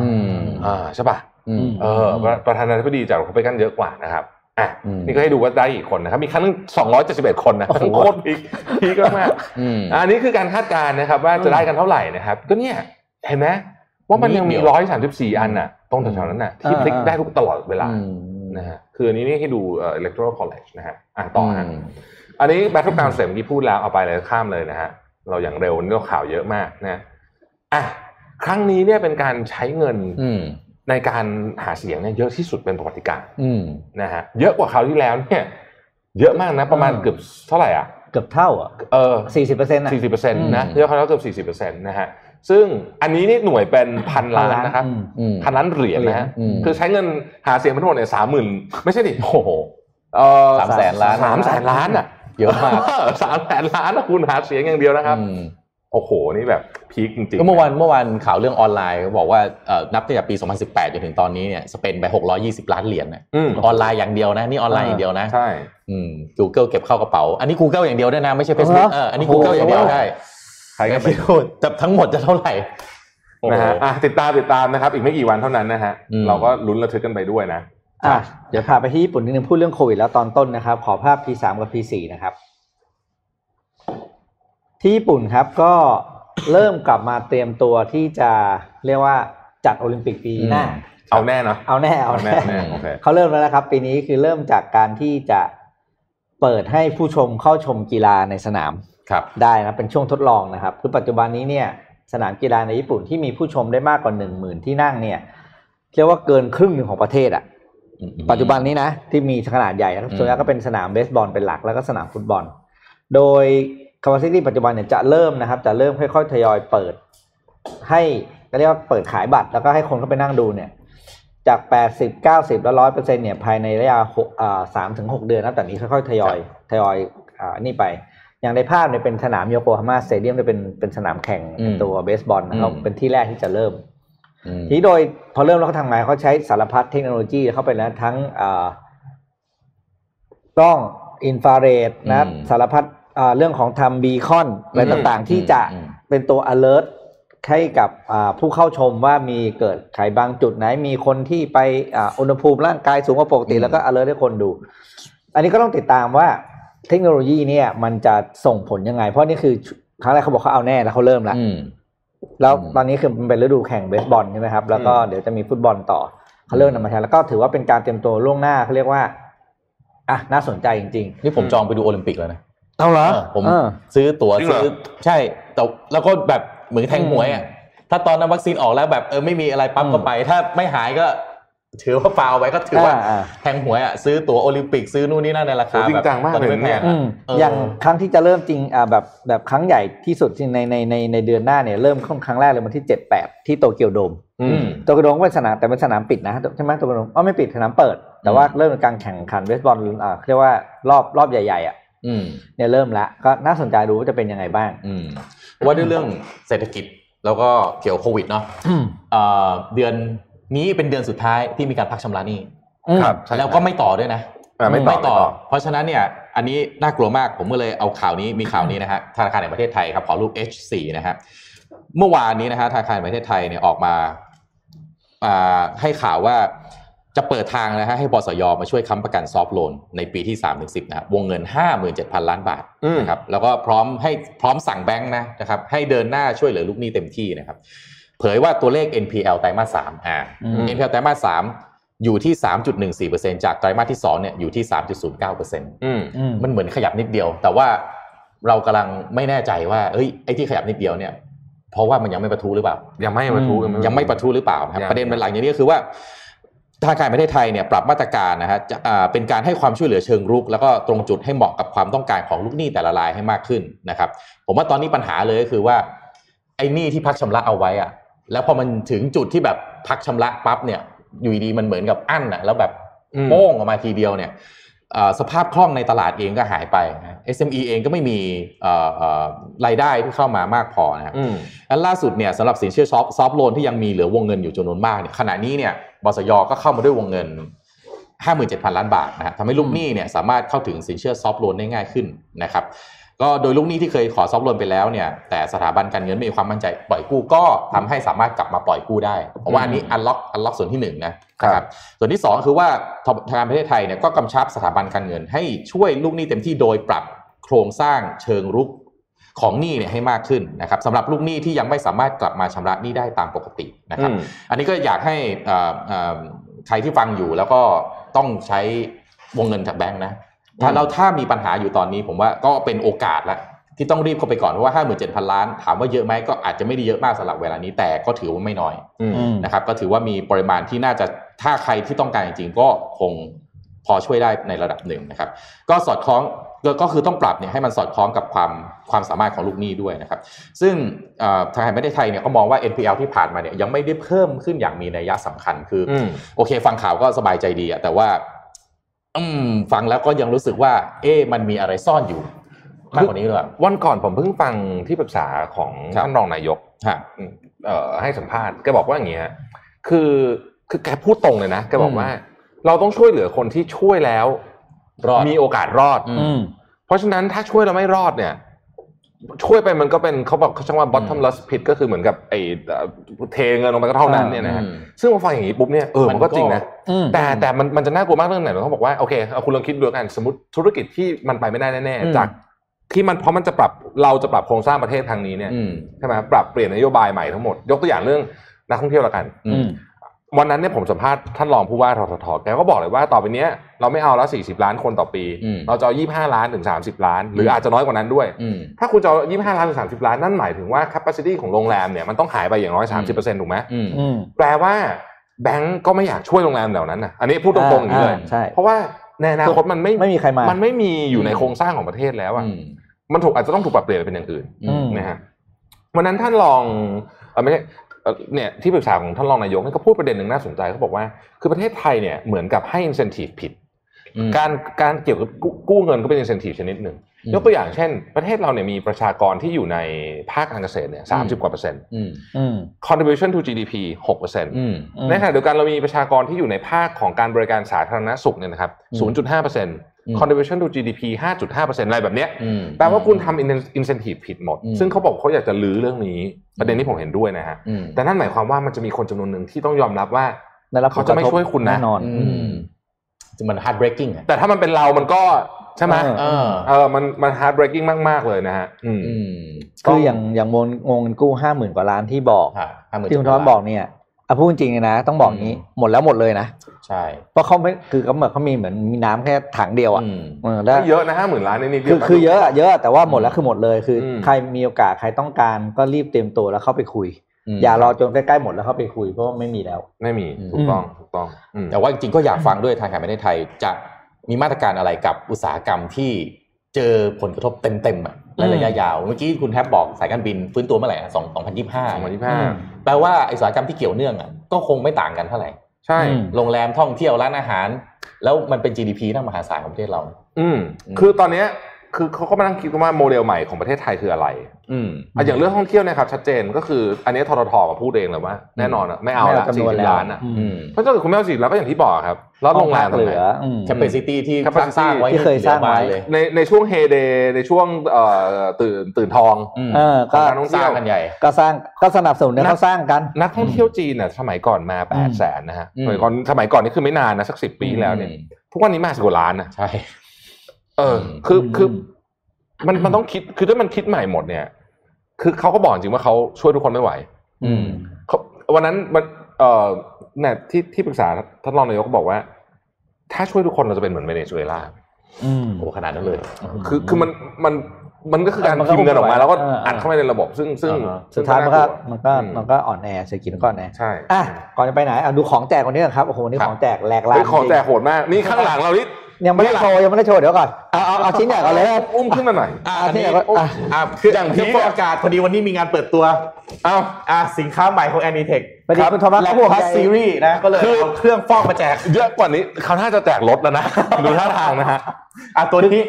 S4: อืม
S3: อ่าใช่ป่ะ
S4: อืม
S3: เออประประธานาธิบดีจากรีพับลิกันเยอะกว่านะครับอ่ะ
S4: อืม
S3: นี่ก็ให้ดูว่าได้อีกคนนะครับมีครั้งหนึง271 คนนะโคตรพีคพีคมากๆ
S4: อืม
S3: อันนี้คือการคาดการณ์นะครับว่าจะได้กันเท่าไหร่นะครับ ก็เนี่ยเห็นไหมว่ามันยังมี
S4: นิดเดียว
S3: ร้อยสามสิบสี่อันน่ะตรงแถวๆนั้นน่ะที่พลิกได้ทุกตลอดเวลา
S4: อืม
S3: นะฮะคืออันนี้นี่ให้ดูเอ่อ electoral college นะฮะอ่ะต่อฮะ
S4: ม
S3: อันนี้ battle ground เสร็จเมื่อกี้พูดแล้วเอาไปเลยข้ามเลยนะฮะเราอย่างเร็วนี่เราข่าวเยอะมากนะอ่ะครั้งนี้เนี่ยเป็นการใช้เงิน
S4: อืม
S3: ในการหาเสียงเนี่ยเยอะที่สุดเป็นประวัติการณ์
S4: อืม
S3: นะฮะเยอะกว่าคราวที่แล้วเนี่ยเยอะมากนะประมาณเกือบเท่าไหร่อ่ะ
S2: เกือบเท่าอ่ะ
S3: เออ
S2: สี่สิบเปอร์เซ็นต์อ่ะ
S3: สี่สิบเปอร์เซ็นต์นะ
S4: อืม
S3: เลือกเขาแล้วเกือบสี่สิบเปอร์เซ็นต์นะฮะ ซึ่งอันนี้นี่หน่วยเป็นพันล้านนะครับ
S2: อืม
S4: อืม
S3: พันล้านเหรียญนะฮะ
S4: อืม
S3: คือใช้เงินหาเสียงไปทั้งหมดเนี่ยสามหมื่นไม่ใช่ดิ
S4: โอ้โห
S3: เออ
S4: สามแสนล้าน
S3: สามแสนล้านอ่ะ
S4: เยอะมาก
S3: สามแสนล้านนะคุณหาเสียงอย่างเดียวนะครับ
S4: อืม
S3: โอ้โห นี่แบบพีคจริงๆ
S4: ก็เมื่อวานเมื่อวานข่าวเรื่องออนไลน์เขาบอกว่าเอ่อนับตั้งแต่ปี 2018 จนถึงตอนนี้เนี่ยสเปนไป 620 ล้านเหรียญนะ
S3: อืม
S4: ออนไลน์อย่างเดียวนะนี่ออนไลน์อย่างเดียวนะ
S3: ใช่
S4: อืม Google เก็บเข้ากระเป๋า อันนี้ Google อย่างเดียวด้วยนะไม่ใช่ Facebook
S2: เหรอ
S4: เอออันนี้ Google อย่างเดียวได้
S3: ใครก็ไป
S4: ไม่รู้จะทั้งหมดจะเท่าไหร่
S3: นะฮะอ่ะติดตามติดตามนะครับ อีกไม่กี่วันเท่านั้นนะฮะ
S4: อืม
S3: เราก็ลุ้นระทึกกันไปด้วยนะ
S2: อ่ะเดี๋ยวพาไปที่ญี่ปุ่นนิดนึงพูดเรื่องโควิดแล้วตอนต้นนะครับ ขอภาพ P3 กับ P4 นะครับ ที่ญี่ปุ่นครับก็เริ่มกลับมาเตรียมตัวที่จะเรียกว่าจัดโอลิมปิกปีหน้า
S4: อืม
S3: เอาแน่เนาะ
S2: เอาแน่เอาแน่
S3: แน่โอเค
S2: เขาเริ่มแล้วนะครับ ปีนี้คือเริ่มจากการที่จะเปิดให้ผู้ชมเข้าชมกีฬาในสนาม
S4: ครับ
S2: ได้นะเป็นช่วงทดลองนะครับ คือปัจจุบันนี้เนี่ยสนามกีฬาในญี่ปุ่นที่มีผู้ชมได้มากกว่าหนึ่งหมื่นที่นั่งเนี่ยเรียกว่าเกินครึ่งหนึ่งของประเทศอ่ะ ปัจจุบันนี้นะ ที่มีขนาดใหญ่นะครับ
S4: อืม
S2: ส่วนใหญ่ก็เป็นสนามเบสบอลเป็นหลักแล้วก็สนามฟุตบอล โดยคาวาซิตี้ปัจจุบันเนี่ยจะเริ่มนะครับ จะเริ่มค่อยๆทยอยเปิด ให้ก็เรียกว่าเปิดขายบัตร แล้วก็ให้คนเข้าไปนั่งดูเนี่ย จาก 80 90 แล้วร้อยเปอร์เซ็นเนี่ยภายในระยะหกอ่าสามถึงหกเดือนนะแต่นี้ค่อยๆทยอยทยอยอ่านี่ไป อย่างในภาพเนี่ยเป็นสนามโยโกฮาม่าสเตเดียมเนี่ยเป็นเป็นสนามแข่ง
S4: อืม
S2: ตัวเบสบอลนะครับ
S4: อืม
S2: เป็นที่แรกที่จะเริ่ม
S4: อืม
S2: ทีนี้โดยพอเริ่มแล้วเขาทำไงเขาใช้สารพัดเทคโนโลยีเข้าไปนะทั้งอ่ากล้องอินฟราเรดนะ
S4: อืม
S2: สารพัดอ่าเรื่องของทำบีคอนอะไร
S3: อืม
S2: ต่างๆ ที่จะ
S4: อืม
S2: เป็นตัว alert ให้กับอ่าผู้เข้าชมว่ามีเกิดไขบางจุดไหนมีคนที่ไปอาอุณหภูมิร่างกายสูงกว่าปกติแล้วก็ alert ให้คนดู อันนี้ก็ต้องติดตามว่าเทคโนโลยีเนี่ยมันจะส่งผลยังไง เพราะนี่คือครั้งแรกเขาบอกเขาเอาแน่แล้วเขาเริ่มแล้ว
S4: อืม
S2: แล้ว
S4: อืม
S2: ตอนนี้คือมันเป็นฤดูแข่งเบสบอลใช่ไหมครับแล้วก็เดี๋ยวจะมีฟุตบอลต่อเขาเริ่มนำมาใช้แล้วก็ถือว่าเป็นการเตรียมตัวล่วงหน้าเขาเรียกว่าอ่ะน่าสนใจจริง
S4: นี่ผมจองไปดูโอลิมปิกแล้วนะ
S2: ๆเอาเหรอ
S4: เออผมซื้อตั๋ว
S3: จริงเหรอ
S4: ซื้อใช่แต่แล้วก็แบบเหมือนแทงหวยอ่ะถ้าตอนนั้นวัคซีนออกแล้วแบบเออไม่มีอะไรปั๊ม
S2: อืม
S4: ก็ไป ถ้าไม่หายก็ ถือว่าฟาวไว้ก็ถือว่า
S2: อ่าอ่า
S4: แทงหวยอ่ะซื้อตั๋วโอลิมปิกซื้อนู่นนี่นั่นในราคา
S3: โอ้จริงจังมาก
S4: แบบ
S3: เลยเนี่ย
S4: ตอ
S2: อืม
S4: แพงะ
S2: อย่างครั้งที่จะเริ่มจริงอ่าแบบแบบครั้งใหญ่ที่สุดในในในในเดือนหน้าเนี่ยเริ่มครั้งแรกเลยวันที่เจ็ดแปดที่โตเกียวโดม
S3: อืม
S2: โตเกียวโดมก็เป็นสนามแต่เป็นสนามปิดนะใช่ไหมโตเกียวโดมอ๋อไม่ปิดสนามเปิด แต่ว่า
S4: อืม
S2: เริ่มการแข่งขันเบสบอลอ่าเรียกว่ารอบรอบใหญ่ๆอ่ะ
S4: อืม
S2: เนี่ยเริ่มละก็น่าสนใจดูว่าจะเป็นยังไงบ้าง
S4: อืมว่าด้วยเรื่องเศรษฐกิจแล้วก็เกี่ยวโควิดเนาะเอ่อเดือนนี้เป็นเดือนสุดท้ายที่มีการพักชำระหนี้
S3: ครับใช่
S4: แล้วก็ไม่ต่อด้วยนะ
S3: อ่าไม่ต่อไม่ต่อ
S4: เพราะฉะนั้นเนี่ย อันนี้น่ากลัวมาก ผมก็เลยเอาข่าวนี้ มีข่าวนี้นะฮะ ธนาคารแห่งประเทศไทยครับ ขอรูป H4 นะฮะ เมื่อวานนี้นะฮะ ธนาคารแห่งประเทศไทยเนี่ยออกมาอ่าให้ข่าวว่าจะเปิดทางนะฮะให้บสยมาช่วยค้ำประกันซอฟท์โลนในปีที่ 3 10 นะครับ วงเงิน 57,000 ล้านบาท
S3: อืม
S4: นะครับ แล้วก็พร้อมให้พร้อมสั่งแบงค์นะนะครับ ให้เดินหน้าช่วยเหลือลูกหนี้เต็มที่นะครับ เผยว่าตัวเลข NPL ไตรมาสสามอ่า
S2: อืม
S4: NPL ไตรมาสสามอยู่ที่ 3.14%จากไตรมาสที่2เนี่ยอยู่ที่ 3.09%
S3: อืม
S2: อืม
S4: มันเหมือนขยับนิดเดียว แต่ว่าเรากำลังไม่แน่ใจว่าเอ้ยไอ้ที่ขยับนิดเดียวเนี่ย เพราะว่ามันยังไม่ประทุหรือเปล่า
S3: ยังไม่ประทุ
S2: อืม
S4: ยังไม่ประทุหรือเปล่านะครับ
S3: ยัง
S4: ประเด็นหลังอย่างนี้ก็คือว่าธนาคารแห่งประเทศไทยเนี่ยปรับมาตรการนะฮะจะอ่าเป็นการให้ความช่วยเหลือเชิงรุก แล้วก็ตรงจุดให้เหมาะกับความต้องการของลูกหนี้แต่ละรายให้มากขึ้นนะครับ ผมว่าตอนนี้ปัญหาเลยก็คือว่า ไอ้หนี้ที่พักชำระเอาไว้อะแล้วพอมันถึงจุดที่แบบพักชำระปั๊บเนี่ย อยู่ดีๆมันเหมือนกับอั้นอะแล้วแบบ
S3: อืม
S4: โป้งออกมาทีเดียวเนี่ยเอ่อสภาพคล่องในตลาดเองก็หายไปนะ SME เองก็ไม่มีเอ่อเอ่อรายได้ที่เข้ามามากพอนะครับ
S3: อืม
S4: อันล่าสุดเนี่ยสำหรับสินเชื่อซอฟซอฟโลนที่ยังมีเหลือวงเงินอยู่จำนวนมากเนี่ยขณะนี้เนี่ยบสยก็เข้ามาด้วยวงเงิน 57,000 ล้านบาทนะฮะทำให้ลูกหนี้เนี่ยสามารถเข้าถึงสินเชื่อซอฟโลนได้ง่ายขึ้นนะครับก็โดยลูกหนี้ที่เคยขอซอฟโลนไปแล้วเนี่ยแต่สถาบันการเงินไม่มีความมั่นใจปล่อยกู้ก็ทำให้สามารถกลับมาปล่อยกู้ได้เพราะว่าอันนี้อันล็อกอันล็อกส่วนที่หนึ่งนะ
S3: ครั
S4: นะ
S3: บ
S4: ครับส่วนที่สองคือว่าธนาคารประเทศไทยเนี่ยก็กำชับสถาบันการเงิน ให้ช่วยลูกหนี้เต็มที่โดยปรับโครงสร้างเชิงรุก ของหนี้เนี่ยให้มากขึ้นนะครับสำหรับลูกหนี้ที่ยังไม่สามารถกลับมาชำระหนี้ได้ตามปกตินะครับ
S3: อืม
S4: อันนี้ก็อยากให้เอ่อเอ่อใครที่ฟังอยู่แล้วก็ต้องใช้วงเงินจากแบงค์นะถ้า
S3: อืม
S4: เราถ้ามีปัญหาอยู่ตอนนี้ผมว่าก็เป็นโอกาสละที่ต้องรีบเข้าไปก่อนเพราะว่า 57,000 ล้าน ถามว่าเยอะไหมก็อาจจะไม่ได้เยอะมากสำหรับเวลานี้แต่ก็ถือว่าไม่น้อย
S3: อืม
S4: นะครับ ก็ถือว่ามีปริมาณที่น่าจะถ้าใครที่ต้องการจริงๆก็คงพอช่วยได้ในระดับหนึ่งนะครับ ก็สอดคล้อง ก็ก็คือต้องปรับเนี่ยให้มันสอดคล้องกับความความสามารถของลูกหนี้ด้วยนะครับ ซึ่งเอ่อทางการไม่ได้ไทยเนี่ยก็มองว่า NPL ที่ผ่านมาเนี่ยยังไม่ได้เพิ่มขึ้นอย่างมีนัยสำคัญคืออ
S3: อืม
S4: โอเค ฟังข่าวก็สบายใจดีอะแต่ว่า อืม ฟังแล้วก็ยังรู้สึกว่า เอ๊ะมันมีอะไรซ่อนอยู่ มากกว่านี้หรือเปล่า
S3: วันก่อนผมเพิ่งฟังที่ปรึกษาของ
S4: ครับ
S3: ท่านรองนายก
S4: ฮะ
S3: เอ่อให้สัมภาษณ์แกบอกว่าอย่างเงี้ยคือคือแกพูดตรงเลยนะแกบอก
S4: อืม
S3: ว่า เราต้องช่วยเหลือคนที่ช่วยแล้ว
S4: รอด
S3: มีโอกาสรอด
S4: อื
S2: อืม
S3: เพราะฉะนั้นถ้าช่วยแล้วไม่รอดเนี่ย ช่วยไปมันก็เป็นเขาบอกเขาใช้คำว่า bottomless pit ก็คือเหมือนกับไอ้เอ่อเทเงินลงไปก็เท่านั้นเนี่ยนะฮะ
S4: อืม
S3: ซึ่งพอฟังอย่างนี้ปุ๊บเนี่ยเออมันก็จริงนะ
S2: อืม
S3: แต่แต่มันมันจะน่ากลัวมากเรื่องไหนเขาบอกว่าโอเคเอาคุณลองคิดดูแล้วกันสมมติธุรกิจที่มันไปไม่ได้แน่
S4: อืม
S3: ๆจากที่มันเพราะมันจะปรับเราจะปรับโครงสร้างประเทศทางนี้เนี่ย
S4: อืม
S3: ใช่ไหมปรับเปลี่ยนนโยบายใหม่ทั้งหมด ยกตัวอย่างเรื่องนักท่องเที่ยวละกัน
S4: อืม
S3: วันนั้นเนี่ยผมสัมภาษณ์ท่านรองผู้ว่าทททแกก็บอกเลยว่าต่อไปเนี้ยเราไม่เอาแล้ว 40 ล้านคนต่อปี
S4: อืม
S3: เราจะเอา25 ล้านถึง 30 ล้าน หรือ
S4: ม
S3: อาจจะน้อยกว่านั้นด้วย
S4: อืม
S3: ถ้าคุณจะเอา25 ล้านถึง 30 ล้านนั่นหมายถึงว่า capacity ของโรงแรมเนี่ยมันต้องหายไปอย่างน้อย 30%ถูกไหม
S4: อืม
S2: อืม
S3: แปลว่าแบงก์ก็ไม่อยากช่วยโรงแรมเหล่านั้นนะอันนี้พูดตรงๆอย่างนี้เลย
S2: อ่าใช่
S3: เพราะว่าในอนาคตมันไม่
S2: ไม่มีใครมา
S3: มันไม่มีอยู่ใน
S4: อืม
S3: โครงสร้างของประเทศแล้วอะ
S4: อืม
S3: มันถูกอาจจะต้องถูกปรับเปลี่ยนไปเป็นอย่างอื่น
S4: อืม
S3: นะฮะวันนั้นท่านรองเอ่อไม่ใช่เอ่อเนี่ยที่ปรึกษาของท่านรองนายกเนี่ยก็พูดประเด็นหนึ่งน่าสนใจเขาบอกว่า คือประเทศไทยเนี่ยเหมือนกับให้ incentive ผิด
S4: อืม
S3: การการเกี่ยวกับกู้กู้เงินก็เป็น incentive ชนิดหนึ่ง
S4: อืม
S3: ยกตัวอย่างเช่น ประเทศเราเนี่ยมีประชากรที่อยู่ในภาคการเกษตรเนี่ยสามสิบกว่าเปอร์เซ็นต์
S4: อืม
S2: อืม
S3: contribution to GDP หกเปอร์เซ็นต์
S4: อืม
S2: อืม
S3: ในขณะเดียวกันเรามีประชากรที่อยู่ในภาคของการบริการสาธารณสุขเนี่ยนะครับ
S4: อื
S3: ศูน
S4: ม
S3: ย์จุดห้าเปอร์เซ็นต์
S4: อืม
S3: contribution to GDP ห้าจุดห้าเปอร์เซ็นต์อะไรแบบเนี้ย
S4: อืม
S3: แปลว่าคุณทำ in- incentive ผิดหมด
S4: อืม
S3: ซึ่งเขาบอกเขาอยากจะลื้อเรื่องนี้ ประเด็นที่ผมเห็นด้วยนะฮะ
S4: อืม
S3: แต่นั่นหมายความว่ามันจะมีคนจำนวนหนึ่งที่ต้องยอมรับว่า
S2: ได้รับผลกรทบ
S3: เขาจะไม่ช่วยคุณนะ
S2: แน่นอน
S4: อืมซึ่งมัน hard breaking อะ
S3: แต่ถ้ามันเป็นเรามันก็ใช่ไหม
S2: เอ
S4: เออ
S3: เออมันมัน hard breaking มาก ๆ เลยนะฮะอืม
S4: อืม
S2: คืออย่างอย่างวงวงเงินกู้ห้าหมื่นกว่าล้านที่บอก
S4: ฮะ50,000
S2: ที่คุณทอนบอกเนี่ยอ่ะพูดจริงๆนะ ต้องบอกนี้หมดแล้วหมดเลยนะ
S4: ใช่
S2: เพราะเขาไม่คือเขาเหมือนเขามีเหมือนมีน้ำแค่ถังเดียวอ่ะ
S4: อืม
S2: เออแล้ว
S3: ก็เยอะนะห้าหมื่นล้านนี่นี่
S2: คือคือเยอะอะเยอะอะแต่ว่าหมดแล้วคือหมดเลยคืออ
S3: ม
S2: ใครมีโอกาสใครต้องการก็รีบเตรียมตัวแล้วเข้าไปคุย อย่ารอจนใกล้ๆหมดแล้วเข้าไปคุยเพราะว่าไม่มีแล้ว
S3: ไม่มี
S4: อืม
S3: ถูกต้องถูกต้องอืม
S4: แต่ว่าจริงๆก็อยากฟังด้วยทางการประเทศไทยจะมีมาตรการอะไรกับอุตสาหกรรมที่เจอผลกระทบเต็มๆอะในระยะยาวเมื่อกี้คุณแทบบอกสายการบินฟื้นตัวเมื่อไหร่สองสองพันยี่สิบห้า
S3: 2025
S4: แปลว่าไอ้อุตสาหกรรมที่เกี่ยวเนื่องอะก็คงไม่ต่างกันเท่าไหร่
S3: ใช่
S2: อืม
S4: โรงแรมท่องเที่ยวร้านอาหาร แล้วมันเป็น GDP ทั้งมหาศาลของประเทศเรา
S3: อืม
S4: อืม
S3: คือตอนเนี้ยคือเขาก็มานั่งคิดว่าโมเดลใหม่ของประเทศไทยคืออะไร
S4: อืม
S3: อ่ะอย่างเรื่องท่องเที่ยวเนะครับชัดเจนก็คืออันนี้ทททก็พูดเองเลยว่าแน่นอนอะไม่เอาละ
S2: ไม่เอาจำน
S3: สี่
S2: วน
S3: สิ
S2: แล้ว
S3: บล้านอะ
S2: อืม
S4: อืม
S3: เพราะถ้าเกิดคุณไม่เอาสี่สิบล้านก็อย่างที่บอกครับแล้วโรงแรม
S2: เห
S3: ทำ
S2: ลื
S3: ไง
S2: ออืม
S4: แคปซิตี้ที่
S3: Capacity
S4: สร้างไว้
S2: ที่เคยสร้างไว้
S4: เลย
S3: ในในช่วงเฮเดในช่วงเอ่อตื่นตื่นทอง
S4: อืม
S2: เออ
S3: ข
S2: ก็
S3: องการท่อง
S4: ส
S3: เที่
S4: ร้าย ง
S3: ว
S4: กันใหญ่
S2: ก็สร้างก็สนับสนุนให้
S3: นะ
S2: เขาสร้างกัน
S3: นักท่องเที่ยวจีนน่ะสมัยก่อนมาแปดแสนนะฮะ
S4: อืม
S3: สมัยก่อนสมัยก่อนนี่คือไม่นานนะสักสิบปีที่แล้วเนี่ย
S4: อืม
S3: ทุกวันนี้มาสิบกว่าล้านนะ
S4: ใช่
S3: เอออ
S4: ม
S3: คือคือ
S2: อืม
S3: มันมันต้องคิดคือถ้ามันคิดใหม่หมดเนี่ย คือเขาก็บอกจริงว่าเขาช่วยทุกคนไม่ไหว
S4: อืม
S3: เขาวันนั้นมันเอ่อเนี่ยที่ที่ปรึกษาท่านรองนายกก็บอกว่า ถ้าช่วยทุกคนเราจะเป็นเหมือนเวเนซุเอลา
S2: อืม
S4: โอ้ขนาดนั้นเลย
S3: คือคือมันมันมันก็คือการ
S2: มันก็
S3: พิมพ์เงินออกมา แล้วก็
S2: เออเอออั
S3: อัดเข้าไปในระบบซึ่งซึ่ง
S4: อ่าฮะ
S2: สุดท้ายมันก็มันก็
S3: อื
S2: มันก็อ่อนแอเศรษฐกิจมันก็อ่อนแอ
S3: ใช่
S2: อ่ะก่อนจะไปไหนอ่ะดูของแจกคนนี้ก่อนครับโอ้โหนี่
S4: ครับ
S2: ของแจกแหลกลา
S3: เฮ้
S2: น
S3: ยของแจก
S2: จริ
S3: โหดมาก นี่ข้างหลังเรานี่
S2: งยังไม่ได้โชว์ยังไม่ได้โชว์เดี๋ยวก่อนเอาเอาเอาชิ้นใหญ่ก่อนเลยนะ
S3: อุ้มขึ้นมาหน่อย
S4: อ่ะ
S2: อัน
S4: อัน
S2: นี้
S4: นี้
S2: ก็อ่ะ
S4: อ่ะคือ
S3: อย่
S4: อา
S3: ย่าง ง
S4: ที่
S3: พีค
S4: ฟอ
S3: อะ
S4: กอากาศพอดีวันนี้มีงานเปิดตัว
S3: เอา
S4: อ่ะสินค้าใหม่ของ Anitech
S2: พอดีคุณโทมัส
S4: และ
S2: เขาห่วง
S4: พัส
S2: ใย
S4: ซีรีส์นะก็เลยเอาเครื่องฟอกมาแจก
S3: เยอะกว่านี้เขาน่าจะแจกรถแล้วนะ ดูท่าทางนะฮะ
S4: อ่ะตัวนี้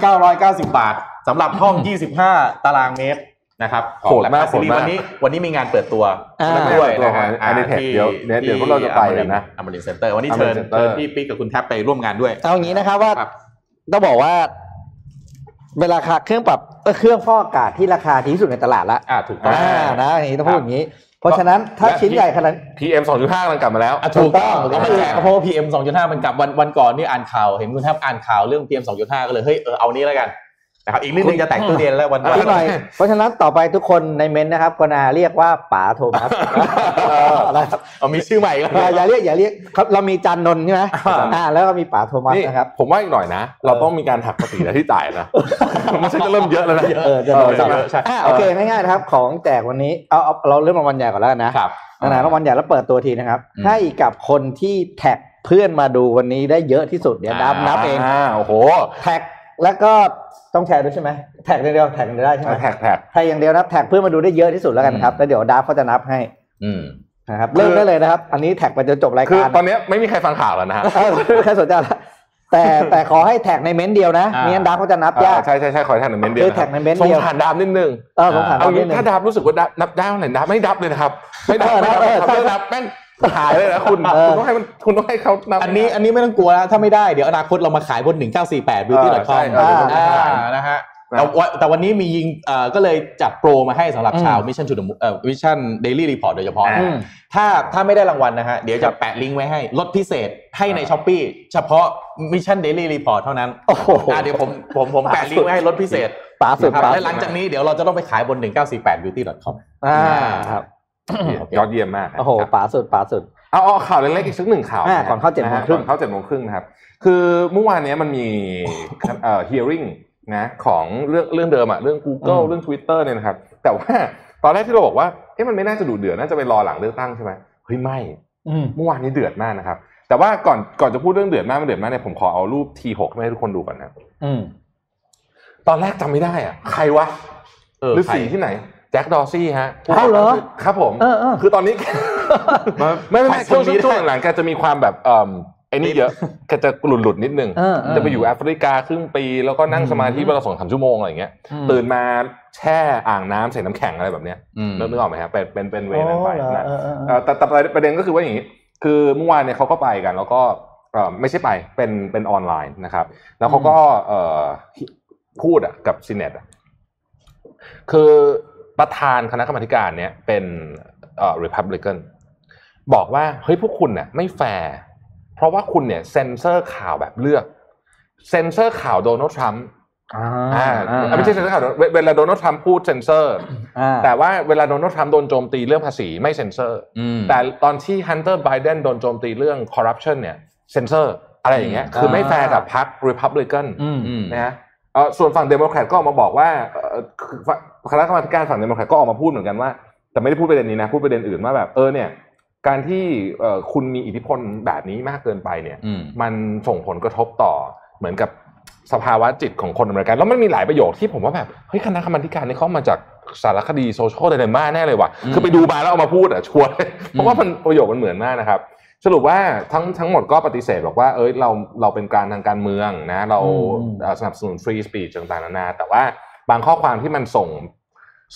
S4: 3,990 บาทสำหรับห้อง 25 ตารางเมตรนะครับ
S3: โหดมาก
S4: ของ Lacazette
S3: โหดมาก
S4: วันนี้วันนี้มีงานเปิดตัว
S2: อ่า
S4: ด้วยนะฮะ
S3: อันนี้แท็กเดี๋ยวเดี๋ยวเดี๋ยวพวกเราจะไปกันนะ
S4: อมรินเซ็นเตอร์วันนี้เชิญ
S3: Amarin Center
S4: เชิญพี่ปิ๊กกับคุณแท็บไปร่วมงานด้วย
S2: เอาอย่างนี้นะครับว่า
S4: ครับ
S2: ต้องบอกว่า เวลาคาเครื่องปรับเอ้ยเครื่องฟอกอากาศที่ราคาดีที่สุดในตลาดละ
S4: อ่ะถูกต้อง
S2: านะอย่างนี้ต้องพูดอย่างนี้ เพราะฉะนั้นถ้า
S3: และ
S2: ชิ้นใหญ่ขนาด
S3: PM 2.5กำลังกลับมาแล้ว
S4: อ่ะถูกต้อง
S2: ถูกต้อง
S4: เอาไปแหละเพราะว่า PM 2.5 มันกลับวันวันก่อนนี่อ่านข่าวเห็นคุณแทบอ่านข่าวเรื่อง PM 2.5 ก็เลย เฮ้ย เออ เอานี้แล้วกันนะครับอีกนิดนึงจะแต่งตู้เย็นแล้ววัน
S3: อ่ะ
S2: นิดหน่อยเพราะฉะนั้นต่อไปทุกคนในเมนต์นะครับกนาเรียกว่าป๋าโทมัสนะครับ
S4: เอามีชื่อใหม่อีก็
S2: อย่าอย่าเรียกอย่าเรียกครับเรามีจันนนท์ใช่ไหมอ่าแล้วก็มีป๋าโทมัส
S3: นี่
S2: นะครับ
S3: ผมว่าอีกหน่อยนะ เราต้องมีการหักภาษีแล้วที่จ่ายนะ มันใช่จะเริ่มเยอะแล้วนะ
S2: เออจะโดนจับ
S3: เออใช่
S2: อ่าโอเคง่ายๆนะครับ ของแจกวันนี้เอาเอาเราเริ่มรางวัลใหญ่ก่อนแล้วกันนะครับ นะนะรางวัลใหญ่แล้วเปิดตัวทีนะครับ
S4: อืม
S2: ให้กับคนที่แท็กเพื่อนมาดูวันนี้ได้เยอะที่สุดเดี๋ยวนับ
S4: อ่า
S2: นับเอง
S3: อ่าโอ้โห
S2: แท็ก แล้วก็ต้องแชร์ด้วยใช่ไหมแท็กอย่างเดียวแท็กอย่างเดียวได้ใช่ไหม
S3: แท็กแท็ก
S2: แท็กอย่างเดียวนะครับแท็กเพื่อนมาดูได้เยอะที่สุดแล้วกันครับ
S4: อืม
S2: แล้วเดี๋ยวดาร์ฟเขาจะนับให้
S4: อืม
S2: นะครับ
S3: คือ
S2: เริ่มได้เลยนะครับ อันนี้แท็กไปจนจบราย
S3: คือ
S2: การ
S3: ตอนเนี้ยไม่มีใครฟังข่าวแล้วนะฮะ
S2: เออไม่มีใคร สนใจละแต่แต่ขอให้แท็กในเม้นต์เดียวนะ
S4: อ่า
S2: ไม่งั้นดาร์ฟเขาจะนับยาก
S3: อ่าใช่ใช่ใช่ขอให้แท็กหนึ่งเมนเดีย
S2: คือ
S3: วนะค
S2: แท็
S3: รั
S2: ก
S3: บ
S2: ในเม้นต์
S3: สง
S2: เดียว
S3: สารดามนิดนึง
S2: เออสงสาร
S3: เอา
S2: ดาร์ฟนิ
S3: งี้
S2: ดนึง
S3: ถ้าดับรู้สึกว่าดับนับได้เท่าไหร่ดับไม่ดับเลยนะครับ ไม่ดับไม่ดับ
S2: เออเอ
S3: ไม่ดับ
S2: อ
S3: เลิกนับแม่งหายเลยนะคุณ
S2: เออ
S3: คุณต้องให้มันคุณต้องให้เขานับ
S4: อันนี้อันนี้ไม่ต้องกลัวนะถ้าไม่ได้เดี๋ยวอนาคตเรามาขายบน 1948 beauty.com
S3: เออใช่เออเดี๋ยว
S4: นะฮะแต่ว่าแต่วันนี้มียิงเอ่อก็เลยจัดโปรมาให้สำหรับชาว
S2: อืม
S4: มิชชั่นชุดเอ่อมิชชั่นเดลี่รีพอร์ตโดยเฉพาะนะ
S3: อื
S2: อืม
S4: ถ้าถ้าไม่ได้รางวัลนะฮะ เดี๋ยวจะแปะลิงก์ไว้ให้ลดพิเศษให้ในช้อปปีเฉพาะมิชชั่นเดลี่รีพอร์ตเท่านั้น
S2: โอ้โห
S4: อ่ะเดี๋ยวผมผมผมแปะลิงก์ไว้ให้ลดพิเศษ
S2: ป๋าสุด
S4: นะครับ
S2: ป๋า
S4: และหลังจากนี้เดี๋ยวเราจะต้องไปขายบน 1948 beauty.com
S2: อ่าครับ
S3: ยอดเยี่ยมมากครับ
S2: โอ้โหป๋าสุดป๋าสุด
S3: เอาเอาข่าวเล็กๆอีกสักหนึ่งข่า
S2: อ่า
S3: วะฮะ
S2: ก่อนเข้าเจ็ดโมง
S3: ะฮะ
S2: ครึ่ง
S3: ก่อนเข้าเจ็ดโมงครึ่งนะครับ คือเมื่อวานเนี้ยมันมีเอ่อ hearing นะของเรื่องเรื่องเดิมอะเรื่อง Google
S2: อืม
S3: เรื่อง Twitter เนี่ยนะครับ แต่ว่าตอนแรกที่เราบอกว่าเอ๊ะมันไม่น่าจะดูเดือดน่าจะไปรอหลังเลือกตั้งใช่ไหมเฮ้ยไม่
S2: อืม
S3: เมื่อวานนี้เดือดมากนะครับ แต่ว่าก่อนก่อนจะพูดเรื่องเดือดมากไม่เดือดมากเนี่ยผมขอเอารูป T6 มาให้ทุกคนดูก่อนนะ
S2: อืม
S3: ตอนแรกจำไม่ได้อะใครวะ
S4: เออ
S3: ฤา
S4: ใคร
S3: ษีที่ไหน แจ็คดอร์ซี่ฮะ
S2: เอาเหรอ
S3: ครับผม
S2: เออเออ
S3: คือตอนนี้ ไม่ไม่ไม่ช่วงช่วงช่วงหลังๆแกจะมีความแบบเอ่มไอ้นี่เยอะแกจะหลุดหลุดๆนิดนึง
S2: เออเออ
S3: จะไปอยู่แอฟริกาครึ่งปีแล้วก็นั่งสมาธิวันละสองสามชั่วโมงอะไรอย่างเงี้ย
S2: อืม
S3: ตื่นมาแช่อ่างน้ำใส่น้ำแข็งอะไรแบบเนี้ย
S4: อืม
S3: นึกนึกออกไหมฮะเป็นเป็นเป็นเวนั้นไป
S2: อ๋อเหรอ
S3: นะ
S2: เออเออเอ
S3: เอ่
S2: อ
S3: อแต่แต่ประเด็นประเด็นก็คือว่าอย่างนี้ คือเมื่อวานเนี่ยเขาก็ไปกัน แล้วก็เอ่อไม่ใช่ไปเป็นเป็นออนไลน์นะครับ แล้วเขาก็เอ่อพูดอะกับซีเนตอะคือประธานคณะกรรมาธิการเนี่ยเป็นเอ่อริพับลิกันบอกว่าเฮ้ยพวกคุณเนี่ยไม่แฟร์เพราะว่าคุณเนี่ยเซ็นเซอร์ข่าวแบบเลือก เซ็นเซอร์ข่าวโดนัลด์ทรัมป์อ่าอ่ะไม่ใช่เซ็นเซอร์ข่าวเวเวลาโดนัลด์ทรัมป์พูดเซ็นเซอร์ แต่ว่าเวลาโดนัลด์ทรัมป์โดนโจมตีเรื่องภาษีไม่เซ็นเซอร์
S4: อืม
S3: แต่ตอนที่ฮันเตอร์ไบเดนโดนโจมตีเรื่องคอร์รัปชันเนี่ยเซนเซอร์อะไรอย่างเงี้ย
S4: อืม
S3: คือไม่แฟร์
S2: อ่า
S3: กับพรรครีพับลิกัน
S2: อืม
S4: อืม
S3: นะฮะเอ่อส่วนฝั่งเดโมแครตก็ออกมาบอกว่าเอ่อคือฝั่งคณะกรรมาการฝั่งเดโมแครตก็ออกมาพูดเหมือนกันว่า แต่ไม่ได้พูดประเด็นนี้นะ พูดประเด็นอื่นว่าแบบเออเนี่ยการที่เอ่อคุณมีอิทธิพลแบบนี้มากเกินไปเนี่ย
S4: อืม
S3: มันส่งผลกระทบต่อเหมือนกับสภาวะจิตของคนอเมริกัน แล้วมันมีหลายประโยคที่ผมว่าแบบเฮ้ยคณะกรรมาธิการนี่เขามาจากสารคดีโซเชียลเดลม่าแน่เลยว่ะ
S4: อืม
S3: คือไปดูมาแล้วเอามาพูดอ่ะชัวร์เลยเพ
S4: อื
S3: ราะ
S4: ม
S3: ว่ามันประโยคมันเหมือนมากนะครับ สรุปว่าทั้งทั้งหมดก็ปฏิเสธบอกว่าเอ้ยเราเราเป็นกลางทางการเมืองนะเรา
S2: อืม
S3: เอ่อสนับสนุนฟรีสปีชต่างๆนานาแต่ว่าบางข้อความที่มันส่ง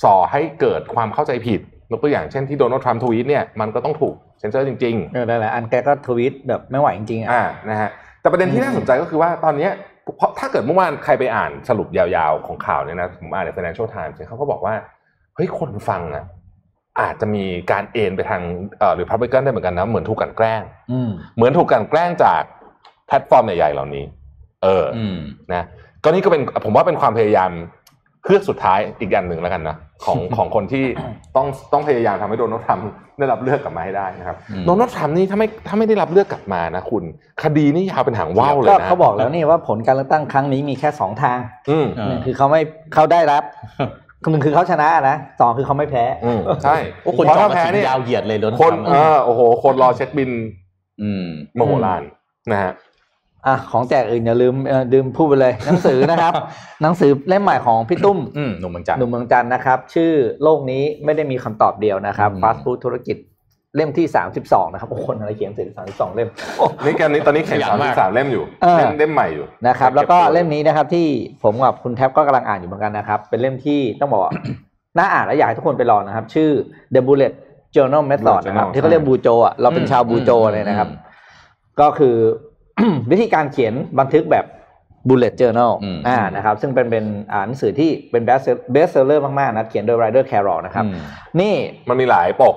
S3: ส่อให้เกิดความเข้าใจผิดยกตัวอย่างเช่นที่โดนัลด์ทรัมป์ทวีตเนี่ยมันก็ต้องถูกเซ็นเซอร์จริง ๆ
S2: เออหลายๆอันแกก็ทวีตแบบไม่ไหวจริงๆอ่ะ
S3: อ่า นะฮะ แต่ประเด็นที่น่าสนใจก็คือว่าตอนเนี้ยเพราะถ้าเกิดเมื่อวานใครไปอ่านสรุปยาวๆของข่าวเนี่ยนะ ผมอ่านใน Financial Times เนี่ยเขาก็บอกว่า เฮ้ย คนฟังอ่ะ อาจจะมีการเอนไปทางเอ่อหรือพับลิกันได้เหมือนกันนะ เหมือนถูกกลันแกล้ง
S2: อืม
S3: เหมือนถูกกลันแกล้งจากแพลตฟอร์มใหญ่ๆเหล่านี้ เอออ
S4: อืม
S3: นะก็นี่ก็เป็น ผมว่าเป็นความพยายามเพื่อกสุดท้ายอีกอย่างหนึ่งแล้วกันนะ ของ ของคนที่ต้องต้องพยายามทำให้โดนัลด์ทรัมป์ได้รับเลือกกลับมาให้ได้นะครับ
S4: อืม
S3: โดนัลด์ทรัมป์นี่ถ้าไม่ถ้าไม่ได้รับเลือกกลับมานะคุณ คดีนี่ยาวเป็นหางว่าวเลย
S2: ก็
S3: นะ
S2: เขาบอกแล้วนี่ว่าผลการเลือกตั้งครั้งนี้มีแค่สองทาง
S3: อืม
S4: เอ
S2: ห
S4: อ
S2: นึ่งคือเขาไม่เขาได้ รับหนึ่งคือเขาชนะนะสองคือเขาไม่แพ้
S3: อืมใช่
S4: โอ้คน
S3: เพราะ
S4: จอง
S3: ถ้าก
S4: ระ
S3: แพ้
S4: ถิ่น
S3: เนี่ย
S4: ยาวเหยียดเลยโดน
S3: คน
S4: ทำ
S3: เออโอ้โห คนรอเช็คบิน
S4: อืม
S3: มโหฬารนะฮะ
S2: อ่ะของแจกอื่นอย่าลืมเอ่อลืมพูดไปเลยหนังสือนะครับ หนังสือเล่มใหม่ของพี่ตุ้ม
S4: อืมหนุ่มเมืองจันท
S2: หนุ่ม
S4: ร์
S2: เมืองจันทร์นะครับ ชื่อโลกนี้ไม่ได้มีคำตอบเดียวนะครับ
S4: อืม
S2: ฟาสต์ฟู้ดธุรกิจเล่มที่ 32 นะครับโอ้คนอะไรเขียนถึง32 เล่ม
S3: นี่แกนนี้ตอนนี้เขียน
S4: ขยั
S3: สาม
S4: นมาก
S3: สามเล่มอยู่
S2: เออ
S3: เล่มเล่มใหม่อยู่
S2: นะครับ
S3: ก็
S2: แล้ว
S3: บ
S2: ก็
S3: ไ
S2: เล่มนี้นะครับที่ผมกับคุณแท็บก็กำลังอ่านอยู่เหมือนกันนะครับ เป็นเล่มที่ต้องบอกว่า น่าอ่านและอยากให้ทุกคนไปลองนะครับ ชื่อ The Bullet Journal Method นะครับ
S3: Journal
S2: ที่เขาเรียกบูโจอ่ะเราเป็น
S4: อืม
S2: ชาวบูโจ
S4: อืม
S2: เลยนะครับ
S4: อืม
S2: ก็คือ วิธีการเขียนบันทึกแบบ Bullet Journal
S4: อืม
S2: อ่านะครับซึ่งเป็นเป็นอ่านหนังสือที่เป็น best best seller มากๆนะเขียนโดย Ryder Carroll นะครับ
S4: อืม
S2: นี่
S3: มันมีหลายปก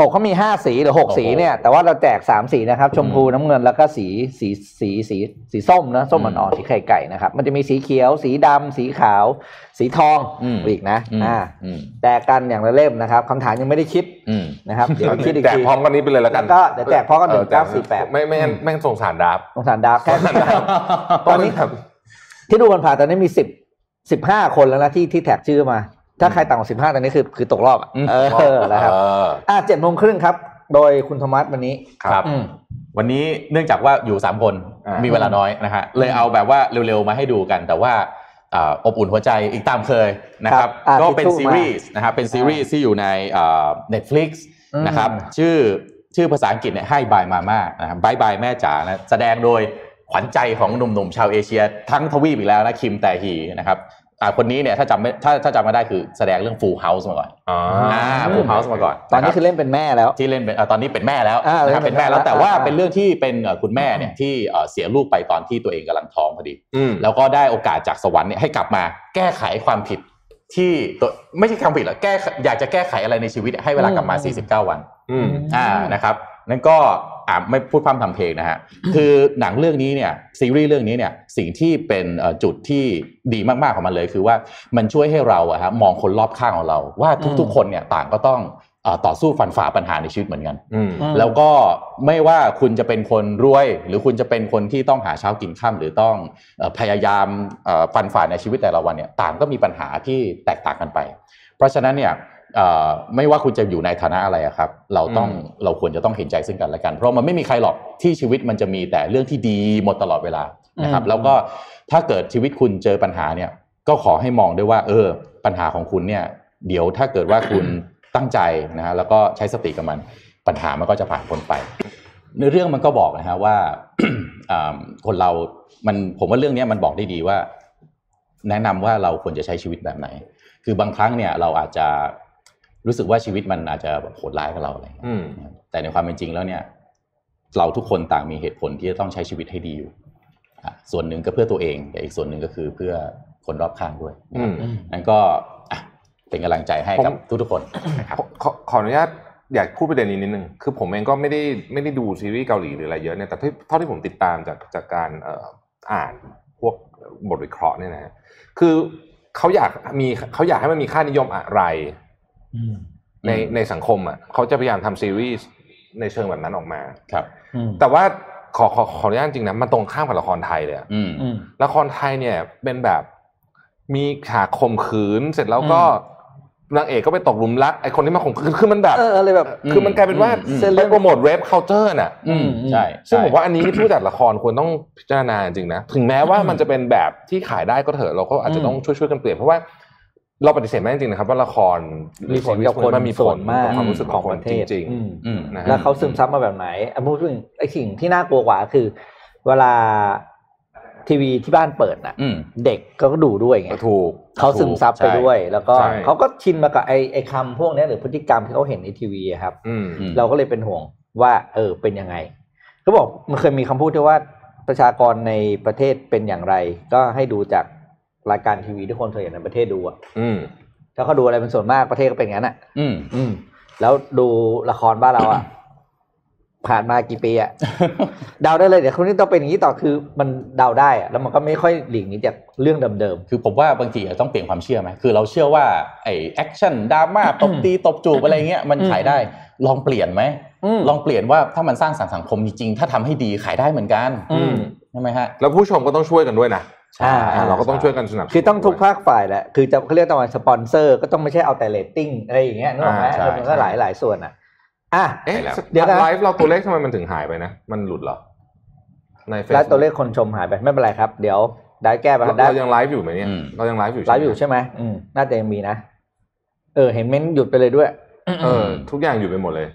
S2: ปกเขามีห้าสีหรือหก
S4: โอ้โห
S2: สีเนี่ยแต่ว่าเราแจกสามสีนะครับ ชมพู
S4: อืม
S2: น้ำเงินแล้วก็สีสีสีสีสีส้มนะส้ม
S4: อืม
S2: อ่อนๆสีไข่ไก่นะครับ มันจะมีสีเขียว สีดำสีขาว สีทอง
S4: อืม
S2: อีกนะ
S4: อืม
S2: อ่า
S4: อืม
S2: แจกกันอย่างละเล่มนะครับคำถามยังไม่ได้คิด
S4: อืม
S2: นะครับ เดี๋ยวคิดอีก
S3: แจก
S2: ที
S3: พร้อมกันนี้ไปเลยแล้วกัน
S2: แล้วก็เดี๋ยวแจกพร้อมกัน
S3: เห
S2: 1948
S3: ไม่ไม่งั้นไม่งั้นสงสารดับ
S2: สงสารดาบแค่ ต
S3: ต
S2: อ
S3: อน น
S2: นี้
S3: นี้ครับ
S2: ที่ดูกันผ่านตอนนี้มีสิบสิบห้าคนแล้วนะที่ที่แท็กชื่อมา ถ้าใครต่ำกว่าสิบห้าตอนนี้คือคือตกรอบอะ
S4: อืม
S2: เออนะครับ
S3: เออ
S2: อ่าเจ็ดโมงครึ่งครับ โดยคุณโทมัสวันนี้
S3: ครับ
S2: อืม
S4: วันนี้เนื่องจากว่าอยู่สามคน
S3: อ่า
S4: มีเวลาน้อยนะฮะเลยเอาแบบว่าเร็วๆมาให้ดูกัน แต่ว่าอ่าอบอุ่นหัวใจอีกตามเคยนะครั
S2: ครั
S4: บ
S2: บอ่า
S4: ก็เป็น
S2: ทิชชู่
S4: ซี
S2: มา
S4: รีส์นะครับเป็นซีรีส์ที่อยู่ในอ่า Netflix นะครับชื่อชื่อภาษาอังกฤษเนี่ยให้บายมาม่านะครับบายบายแม่จ๋านะแสดงโดยขวัญใจของหนุ่มๆชาวเอเชีย ทั้งทวีปอีกแล้วนะคิมแต่ฮีนะครับอ่าคนนี้เนี่ยถ้าจำไม่ถ้าถ้าจำมาได้คือแสดงเรื่องฟูลเฮาส์มาก่อน
S3: อ่า
S4: อ่าฟูลเฮาส์มาก่อน
S2: ตอนนี้
S4: ะรับ
S2: คือเล่นเป็นแม่แล้ว
S4: ที่เล่นเป็นเอ่อตอนนี้เป็นแม่แล้ว
S2: อ่า
S4: นะครับ
S2: เป็
S4: เป็น น
S2: แม่
S4: แม่แล้ว
S2: แล้ว
S4: แต่ว่า
S2: อ่า
S4: เป็นเรื่องที่เป็นเอ่อคุณแม่เนี่ยที่เอ่อเสียลูกไปตอนที่ตัวเองกำลังท้องพอดี
S3: อืม
S4: แล้วก็ได้โอกาสจากสวรรค์เนี่ยให้กลับมาแก้ไขความผิดที่ตัวไม่ใช่ความผิดหรอกแก้อยากจะแก้ไขอะไรในชีวิตให้เวลากลับมา 49 วัน
S3: อืม
S4: อ่านะครับนั่นก็อ่าไม่พูดพร่ำทำเพลงนะฮะ คือหนังเรื่องนี้เนี่ยซีรีส์เรื่องนี้เนี่ยสิ่งที่เป็นเอ่อจุดที่ดีมากๆของมันเลย คือว่ามันช่วยให้เราอะฮะมองคนรอบข้างของเรา ว่าทุกๆ คนเนี่ยต่างก็ต้องเอ่อต่อสู้ฟันฝ่าปัญหาในชีวิตเหมือนกัน
S3: อืม
S4: แล้วก็ไม่ว่าคุณจะเป็นคนรวย หรือคุณจะเป็นคนที่ต้องหาเช้ากินข้ามหรือต้องเอ่อพยายามเอ่อฟันฝ่าในชีวิตแต่ละวันเนี่ยต่างก็มีปัญหาที่แตกต่างกันไป เพราะฉะนั้นเนี่ยเอ่อไม่ว่าคุณจะอยู่ในฐานะอะไรอะครับ เราต้อง
S3: อืม
S4: เราควรจะต้องเห็นใจซึ่งกันและกัน เพราะมันไม่มีใครหรอกที่ชีวิตมันจะมีแต่เรื่องที่ดีหมดตลอดเวลานะครับ
S2: อืม
S4: แล้วก็ถ้าเกิดชีวิตคุณเจอปัญหาเนี่ย ก็ขอให้มองด้วยว่า เออ ปัญหาของคุณเนี่ย เดี๋ยวถ้าเกิดว่าคุณ ตั้งใจนะฮะแล้วก็ใช้สติกับมัน ปัญหามันก็จะผ่านพ้นไป ในเรื่องมันก็บอกนะฮะว่า อ่าคนเรา มันผมว่าเรื่องเนี้ยมันบอกได้ดีว่า แนะนำว่าเราควรจะใช้ชีวิตแบบไหน คือบางครั้งเนี่ยเราอาจจะรู้สึกว่าชีวิตมันอาจจะแบบโหดร้ายกับเราอะไรอย่างเงี้ย
S3: อืม
S4: นะครับแต่ในความเป็นจริงแล้วเนี่ย เราทุกคนต่างมีเหตุผลที่จะต้องใช้ชีวิตให้ดีอยู่อ่ะส่วนหนึ่งก็เพื่อตัวเองแต่อีกส่วนหนึ่งก็คือเพื่อคนรอบข้างด้วยนะ
S3: อื
S4: ครับ
S3: ม
S4: นั่นก็อ่ะเป็นกำลังใจให้กับ
S3: ผม
S4: ทุกๆคนนะครับ
S3: ขอขอขออนุญาตอยากพูดประเด็นนี้นิดนึง คือผมเองก็ไม่ได้ไม่ได้ดูซีรีส์เกาหลีหรืออะไรเยอะเนี่ย แต่ที่เท่าที่ผมติดตามจากจากการเอ่ออ่านพวกบทวิเคราะห์เนี่ยนะฮะคือเขาอยากมีเขาอยากให้มันมีค่านิยมอะไร ใน
S4: อืม
S3: ในสังคมอ่ะเขาจะพยายามทำซีรีส์ในเชิงแบบนั้นออกมา
S4: ครับ
S3: แต่ว่าขอขอขออนุญาตจริงนะมันตรงข้ามกับละครไทยเลยอะ
S4: อืม
S3: ละครไทยเนี่ยเป็นแบบมีฉากข่มขืนเสร็จแล้วก็นางเอกก็ไปตกหลุมรักไอคนที่มาข่มขืนคือมันแบบ
S2: เอออะไรแบบ
S4: อ
S3: คือมันกลายเป็นว่า
S4: อืม
S3: เรื่องโปรโมทเรฟเคาน์เตอร์น่ะ
S4: อืม
S2: อืม
S4: ใช่
S3: ซึ่ง
S4: ใช่
S3: ผมว่าอันนี้ ผู้จัดละครควรต้องพิจารณาจริงๆนะ ถึงแม้ว่ามันจะเป็นแบบที่ขายได้ก็เถอะเราก็อาจจะต้องช่วยๆกันเปลี่ยนเพราะว่าเราปฏิเสธไม่ได้จริงๆนะครับ ว่าละครหรือซีรีส์พวกมันมีผลต่อความรู้สึกของคนจริง
S4: อืม
S3: นะ
S2: แล้วเขาซึมซับมาแบบไหนอ่ะพูดถึงไอ้สิ่งที่น่ากลัวกว่าคือ เวลาทีวีที่บ้านเปิดน่ะ
S4: อืม
S2: เด็กเขาก็ดูด้วยไง
S3: ๆถูก
S2: เขาซึมซับไปด้วย แล้วก็
S3: ใช่
S2: เขาก็ชินมากับไอ้ไอ้คำพวกเนี้ยหรือพฤติกรรมที่เขาเห็นในทีวีอะครับ
S3: อืม
S4: อืม
S2: เราก็เลยเป็นห่วงว่า เออเป็นยังไงเขาบอกมันเคยมีคำพูดที่ว่าประชากรในประเทศเป็นอย่างไร ก็ให้ดูจากรายการทีวีที่คนเคยเห็นในประเทศดูอะ
S3: อืม
S2: ถ้าเขาดูอะไรเป็นส่วนมากประเทศก็เป็นอย่างนั้นอะ
S4: อืม
S2: อืม แล้วดูละครบ้านเราอะ ผ่านมากี่ปีอะ เดาได้เลยเดี๋ยวคนนี้ต้องเป็นอย่างนี้ต่อคือมันเดาได้อะแล้วมันก็ไม่ค่อยหลีกหนีจากเรื่องเดิม
S4: คือผมว่าบางทีอาจจะต้องเปลี่ยนความเชื่อไหมคือเราเชื่อว่าไอ้แอคชั่นดราม่าตบตีตบจูบอะไรเงี้ยมันขายได้ลองเปลี่ยนไหม
S2: อืม
S4: ลองเปลี่ยนว่าถ้ามันสร้างสรรค์สังคมจริงๆถ้าทำให้ดีขายได้เหมือนกัน
S2: อืม
S4: ใช่ไหมฮะ
S3: แล้วผู้ชมก็ต้องช่วยกันด้วยนะ
S4: ใช่
S3: อ่าเราก็ต้องช่วยกันสนับสนุน
S2: คือต้องทุก
S3: ด้วย
S2: ภาคฝ่ายแหละ คือจะเขาเรียกตะวันสปอนเซอร์ก็ต้องไม่ใช่เอาแต่เรตติ้งอะไรอย่างเงี้ยนึกออกไหม
S3: อ่าใช่
S2: เออมันก็หลายหลายส่วนอ่ะ อ่ะ
S3: เอ๊ะ
S4: ไปแล้ว
S2: เดี๋ยวนะ
S3: ไลฟ์เราตัวเลขทำไมมันถึงหายไปนะ มันหลุดเหรอ ใน Facebook
S2: แล้วตัวเลขคนชมหายไปไม่เป็นไรครับ เดี๋ยวได้แก้ปัญ
S3: เรา
S2: หาได้
S3: เรายังไลฟ์อยู่ไหมเนี่ย
S4: อืม
S3: เรายังไลฟ์อยู่
S2: ไลฟ์อยู่ใช่ไหมอืมน่าจะยังมีนะ เออ เห็นเม้นต์หยุดไปเลยด้วย
S3: เออ ทุกอย่างอยู่ไปหมดเลย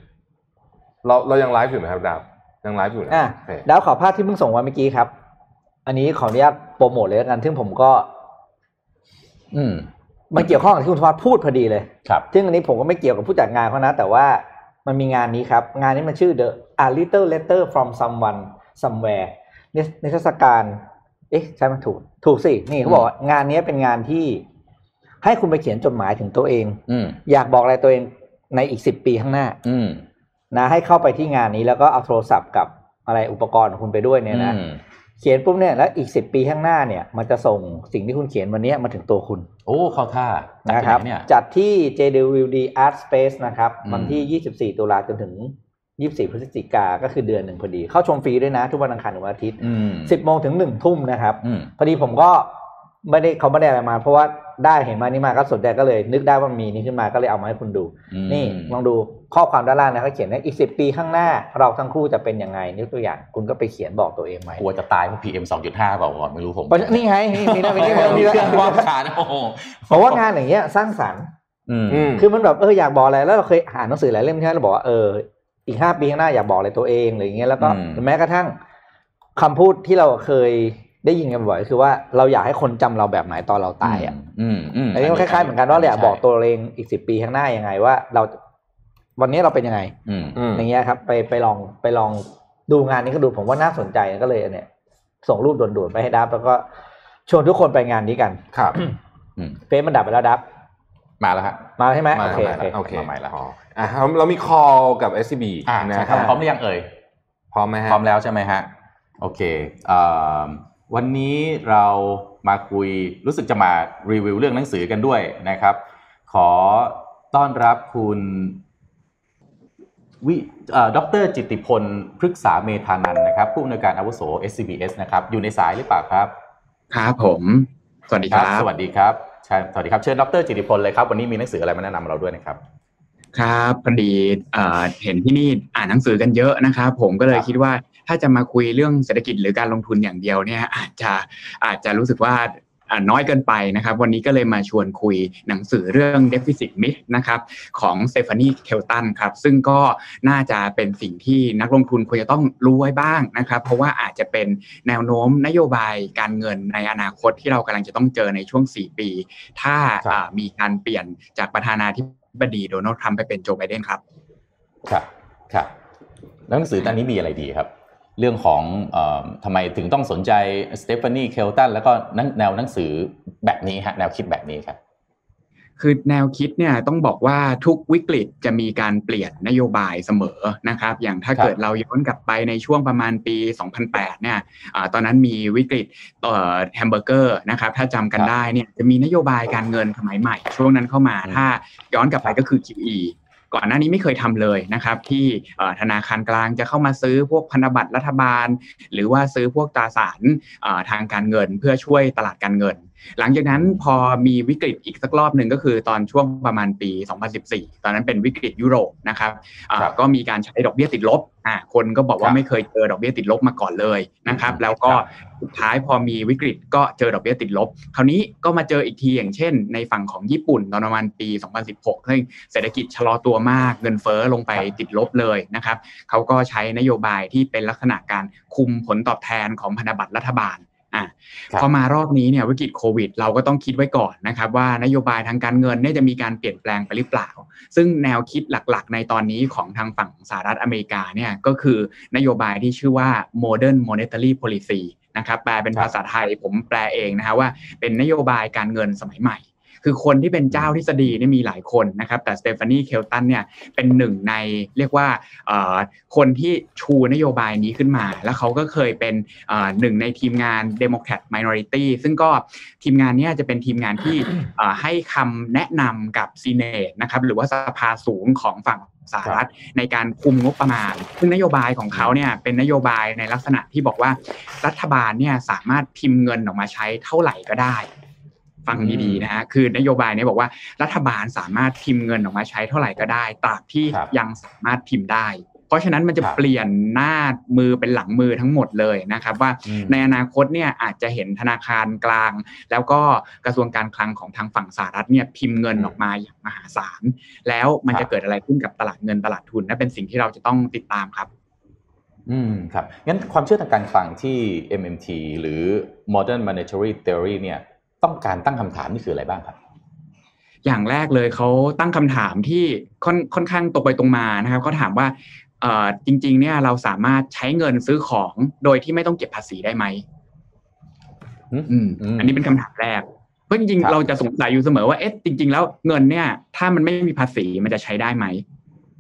S3: เราเรายังไลฟ์อยู่ไหมครับดาวยังไลฟ์อยู่นะ
S2: อ่ะ
S3: โอเค
S2: ดาวขอภาพที่เพิ่งส่งมาเมื่อกี้ครับ อันนี้ขออนุญาตโปรโมทเลยแล้วกัน ซึ่งผมก็
S4: อืม
S2: มันเกี่ยวข้องกับที่คุณธวัฒน์พูดพอดีเลย
S4: ครับ
S2: ซึ่งอันนี้ผมก็ไม่เกี่ยวกับผู้จัดงานเขานะ แต่ว่ามันมีงานนี้ครับ งานนี้มันชื่อ The A Little Letter from Someone Somewhere นิทนิทรรศการ เอ๊ะ ใช่ไหมถูก ถูกสิ นี่เขาบอกว่างานนี้เป็นงานที่ให้คุณไปเขียนจดหมายถึงตัวเอง
S4: อืม
S2: อยากบอกอะไรตัวเองในอีกสิบปีข้างหน้า
S4: อืม
S2: นะ ให้เข้าไปที่งานนี้แล้วก็เอาโทรศัพท์กับอะไรอุปกรณ์ของคุณไปด้วยเนี่ยนะ
S4: อืม
S2: เขียนปุ๊บเนี่ยแล้วอีกสิบปีข้างหน้าเนี่ย มันจะส่งสิ่งที่คุณเขียนวันนี้มาถึงตัวคุณ
S4: โอ้เข้าท่าจัด
S2: นะ
S4: ที่
S2: ครับ
S4: ไหเนี่ย
S2: จัดที่ JWD Art Space นะครับ
S4: อืม
S2: วันที่ 24 ตุลาจนถึง 24 พฤศจิกาก็คือเดือนหนึ่งพอดี เข้าชมฟรีด้วยนะ ทุกวันอังคารถึงวันอาทิตย์
S4: อืม
S2: 10โมงถึง1ทุ่มนะครับ
S4: อืม
S2: พอดีผมก็ไม่ได้เขาไม่ได้อะไรมา เพราะว่า ได้เห็นมานี่มาก็สนใจก็เลย นึกได้ว่ามีนี่ขึ้นมาก็เลยเอามาให้คุณดู
S4: อืม
S2: นี่ลองดูข้อความด้านล่างนะเขาเขียนนะอีกสิบปีข้างหน้า เราทั้งคู่จะเป็นยังไงยกตัวอย่างคุณก็ไปเขียนบอกตัวเองไหม
S4: กลัวจะตายเพราะพีเอ็มสองจุดห้าเปล่าก่อนไม่รู้ผม
S2: เพราะฉะนี่ไงนี่มีนะมี
S4: ไม่ได้
S2: นะมี
S4: เรื่องมี
S2: นะ
S4: เครื่องป้องกัน โอ้โห
S2: เพราะว่างานอย่างเงี้ยสร้างสรรค์
S4: อืม
S3: อืม
S2: คือมันแบบเอออยากบอกอะไรแล้วเราเคยอ่านหนังสือหลายเล่มที่เราบอกว่าเอออีกห้าปีข้างหน้าอยากบอกอะไรตัวเองอะไรอย่างเงี้ยแล้วก็
S4: อืม
S2: หรือแม้กระทั่งคำพูดที่เราเคยได้ยินกันบ่อยก็คือว่าเราอยากให้คนจำเราแบบไหนตอนเราตายอ่ะ
S4: อืมอืม
S2: อันนี้มันคล้ายๆเหมือนกันว่าเราอยากบอกตัวเราเองอีกสิบปีข้างหน้ายังไงว่าเราวันนี้เราเป็นยังไง
S4: อืม
S3: อืม
S2: อย่างเงี้ยครับไปไปลองไปลองดูงานนี้ก็ดูผมว่าน่าสนใจก็เลยเนี่ย ส่งรูปด่วนๆไปให้ดับแล้วก็ชวนทุกคนไปงานนี้กัน
S3: ครับ
S4: อืม
S2: เฟซมันดับไปแล้วดับ
S4: มาแล้วฮะ
S2: มาใช่ไหม
S3: มา
S2: โอเค
S3: มา
S2: โอเค
S3: โอเค
S4: มาใหม่แล้ว
S3: อ๋ออ่ะเราเรามีคอลกับ SCB
S4: อ่า
S3: นะ
S4: ใช่
S3: ค
S4: ค
S3: รั
S4: รั
S3: บบ
S4: พร้อมหรือยังเอ่ย
S3: พร้อมไหมฮะ
S4: พร้อมแล้วใช่ไหมฮะ โอเคเอ่อวันนี้เรามาคุยรู้สึกจะมารีวิวเรื่องหนังสือกันด้วยนะครับ ขอต้อนรับคุณวิดรจิตติพลพฤกษาเมธานันท์นะครับ ผู้อำนวยการอาวุโส SCBS นะครับ อยู่ในสายหรือเปล่าครับ
S5: ครับผม สวัสดีครับ
S4: สวัสดีครับใช่สวัสดีครับเชิญดรจิตติพลเลยครับ วันนี้มีหนังสืออะไรมาแนะนำเราด้วยนะครับ
S5: ครับพอดีเอ่อเห็นที่นี่อ่านหนังสือกันเยอะนะครับ ผมก็เล
S4: ค
S5: ย
S4: รับ
S5: คิดว่าถ้าจะมาคุยเรื่องเศรษฐกิจหรือการลงทุนอย่างเดียวเนี่ยอาจจะอาจจะรู้สึกว่าอ่าน้อยเกินไปนะครับ วันนี้ก็เลยมาชวนคุยหนังสือเรื่อง Deficit Myth นะครับของสเตฟานีเคลตันครับ ซึ่งก็น่าจะเป็นสิ่งที่นักลงทุนควรจะต้องรู้ไว้บ้างนะครับ เพราะว่าอาจจะเป็นแนวโน้มนโยบายการเงินในอนาคตที่เรากำลังจะต้องเจอในช่วง 4 ปี ถ้า
S4: ครับ
S5: อ่ามีการเปลี่ยนจากประธานาธิบดีโดนัลด์ทรัมป์ไปเป็นโจไบเดนครับ
S4: ครับครับแล้วหนังสือตอนนี้มีอะไรดีครับ เรื่องของเออทำไมถึงต้องสนใจสเตฟานีเคลตันแล้วก็หนังแนวหนังสือแบบนี้ฮะแนวคิดแบบนี้ครับ
S5: คือแนวคิดเนี่ยต้องบอกว่าทุกวิกฤตจะมีการเปลี่ยนนโยบายเสมอนะครับ อย่างถ้า
S4: ครับ
S5: เกิดเราย้อนกลับไปในช่วงประมาณปี 2008 เนี่ยอาตอนนั้นมีวิกฤตเอ่อแฮมเบอร์เกอร์นะครับ ถ้าจำกัน
S4: ครับ
S5: ได้เนี่ยจะมีนโยบายการเงินสมัยใหม่ ช่วงนั้นเข้ามา
S4: อืม
S5: ถ้าย้อนกลับไปก็คือ QE ก่อนหน้านี้ไม่เคยทำเลยนะครับ ที่เอ่อธนาคารกลางจะเข้ามาซื้อพวกพันธบัตรรัฐบาล หรือว่าซื้อพวกตราสารเอ่อทางการเงินเพื่อช่วยตลาดการเงิน หลังจากนั้นพอมีวิกฤตอีกสักรอบหนึ่งก็คือตอนช่วงประมาณปี 2014 ตอนนั้นเป็นวิกฤตยุโรปนะครับอ่า
S4: ครับ
S5: ก็มีการใช้ดอกเบี้ยติดลบอ่าคนก็บอก
S4: ค
S5: ว่า
S4: รับ
S5: ไม่เคยเจอดอกเบี้ยติดลบมาก่อนเลยนะครับ แล้วก็
S4: ครับ
S5: สุดท้ายพอมีวิกฤตก็เจอดอกเบี้ยติดลบ คราวนี้ก็มาเจออีกทีอย่างเช่น ในฝั่งของญี่ปุ่นตอนประมาณปี 2016 ซึ่งเศรษฐกิจชะลอตัวมากเงินเฟ้อลงไปติดลบเลยนะครับ เขาก็ใช้นโยบายที่เป็นลักษณะการคุมผลตอบแทนของพันธบัตรรัฐบาลอ่ะ
S4: ครับ
S5: พอมารอบนี้เนี่ยวิกฤตโควิด เราก็ต้องคิดไว้ก่อนนะครับ ว่านโยบายทางการเงินเนี่ยจะมีการเปลี่ยนแปลงไปหรือเปล่า ซึ่งแนวคิดหลักๆ ในตอนนี้ของทางฝั่งสหรัฐอเมริกาเนี่ยก็คือนโยบายที่ชื่อว่า modern monetary policy นะครับแปลเป็น
S4: ครับ
S5: ภาษาไทยผมแปลเองนะฮะว่าเป็นนโยบายการเงินสมัยใหม่ คือคนที่เป็นเจ้าทฤษฎีเนี่ยมีหลายคนนะครับ แต่สเตฟานีเคลตันเนี่ยเป็นหนึ่งในเรียกว่าเอ่อคนที่ชูนโยบายนี้ขึ้นมา แล้วเขาก็เคยเป็นเอ่อหนึ่งในทีมงาน Democrat Minority ซึ่งก็ทีมงานเนี้จะเป็นทีมงานที่ เอ่อให้คำแนะนำกับซีเนตนะครับหรือว่าสภาสูงของฝั่งสหรัฐในการคุมงบประมาณ ซึ่งนโยบายของเขาเนี่ยเป็นนโยบายในลักษณะที่บอกว่ารัฐบาลเนี่ยสามารถพิมพ์เงินออกมาใช้เท่าไหร่ก็ได้ ฟังดี
S4: อืม
S5: ๆนะฮะคือนโยบายเนี้บอกว่ารัฐบาลสามารถพิมพ์เงินออกมาใช้เท่าไหร่ก็ได้ตราบที่
S4: ครับ
S5: ยังสามารถพิมพ์ได้ เพราะฉะนั้นมันจะ
S4: ครับ
S5: เปลี่ยนหน้ามือเป็นหลังมือทั้งหมดเลยนะครับว่า
S4: อืม
S5: ในอนาคตเนี่ยอาจจะเห็นธนาคารกลาง แล้วก็กระทรวงการคลังของทางฝั่งสหรัฐเนี่ยพิมพ์เงิน
S4: อืม
S5: ออกมาอย่างมหาศาล แล้วมัน
S4: ครับ
S5: จะเกิดอะไรขึ้นกับตลาดเงินตลาดทุนนั่นเป็นสิ่งที่เราจะต้องติดตามครับ
S4: อืมครับงั้นความเชื่อทางการคลังที่ MMT หรือ Modern Monetary Theory เนี่ยต้องการตั้งคำถามนี่คืออะไรบ้างครับ
S5: อย่างแรกเลยเขาตั้งคำถามที่ค่อนค่อนข้างตรงไปตรงมานะครับเขาถามว่าเอ่อจริงๆเนี่ยเราสามารถใช้เงินซื้อของโดยที่ไม่ต้องเก็บภาษีได้ไหม
S4: อืม
S5: อืม
S4: อืม
S5: อันนี้เป็นคำถามแรกเพราะจริง
S4: ครับ
S5: ๆ เราจะสงสัยอยู่เสมอว่าเอ๊ะจริง ๆ แล้วเงินเนี่ยถ้ามันไม่มีภาษีมันจะใช้ได้ไหม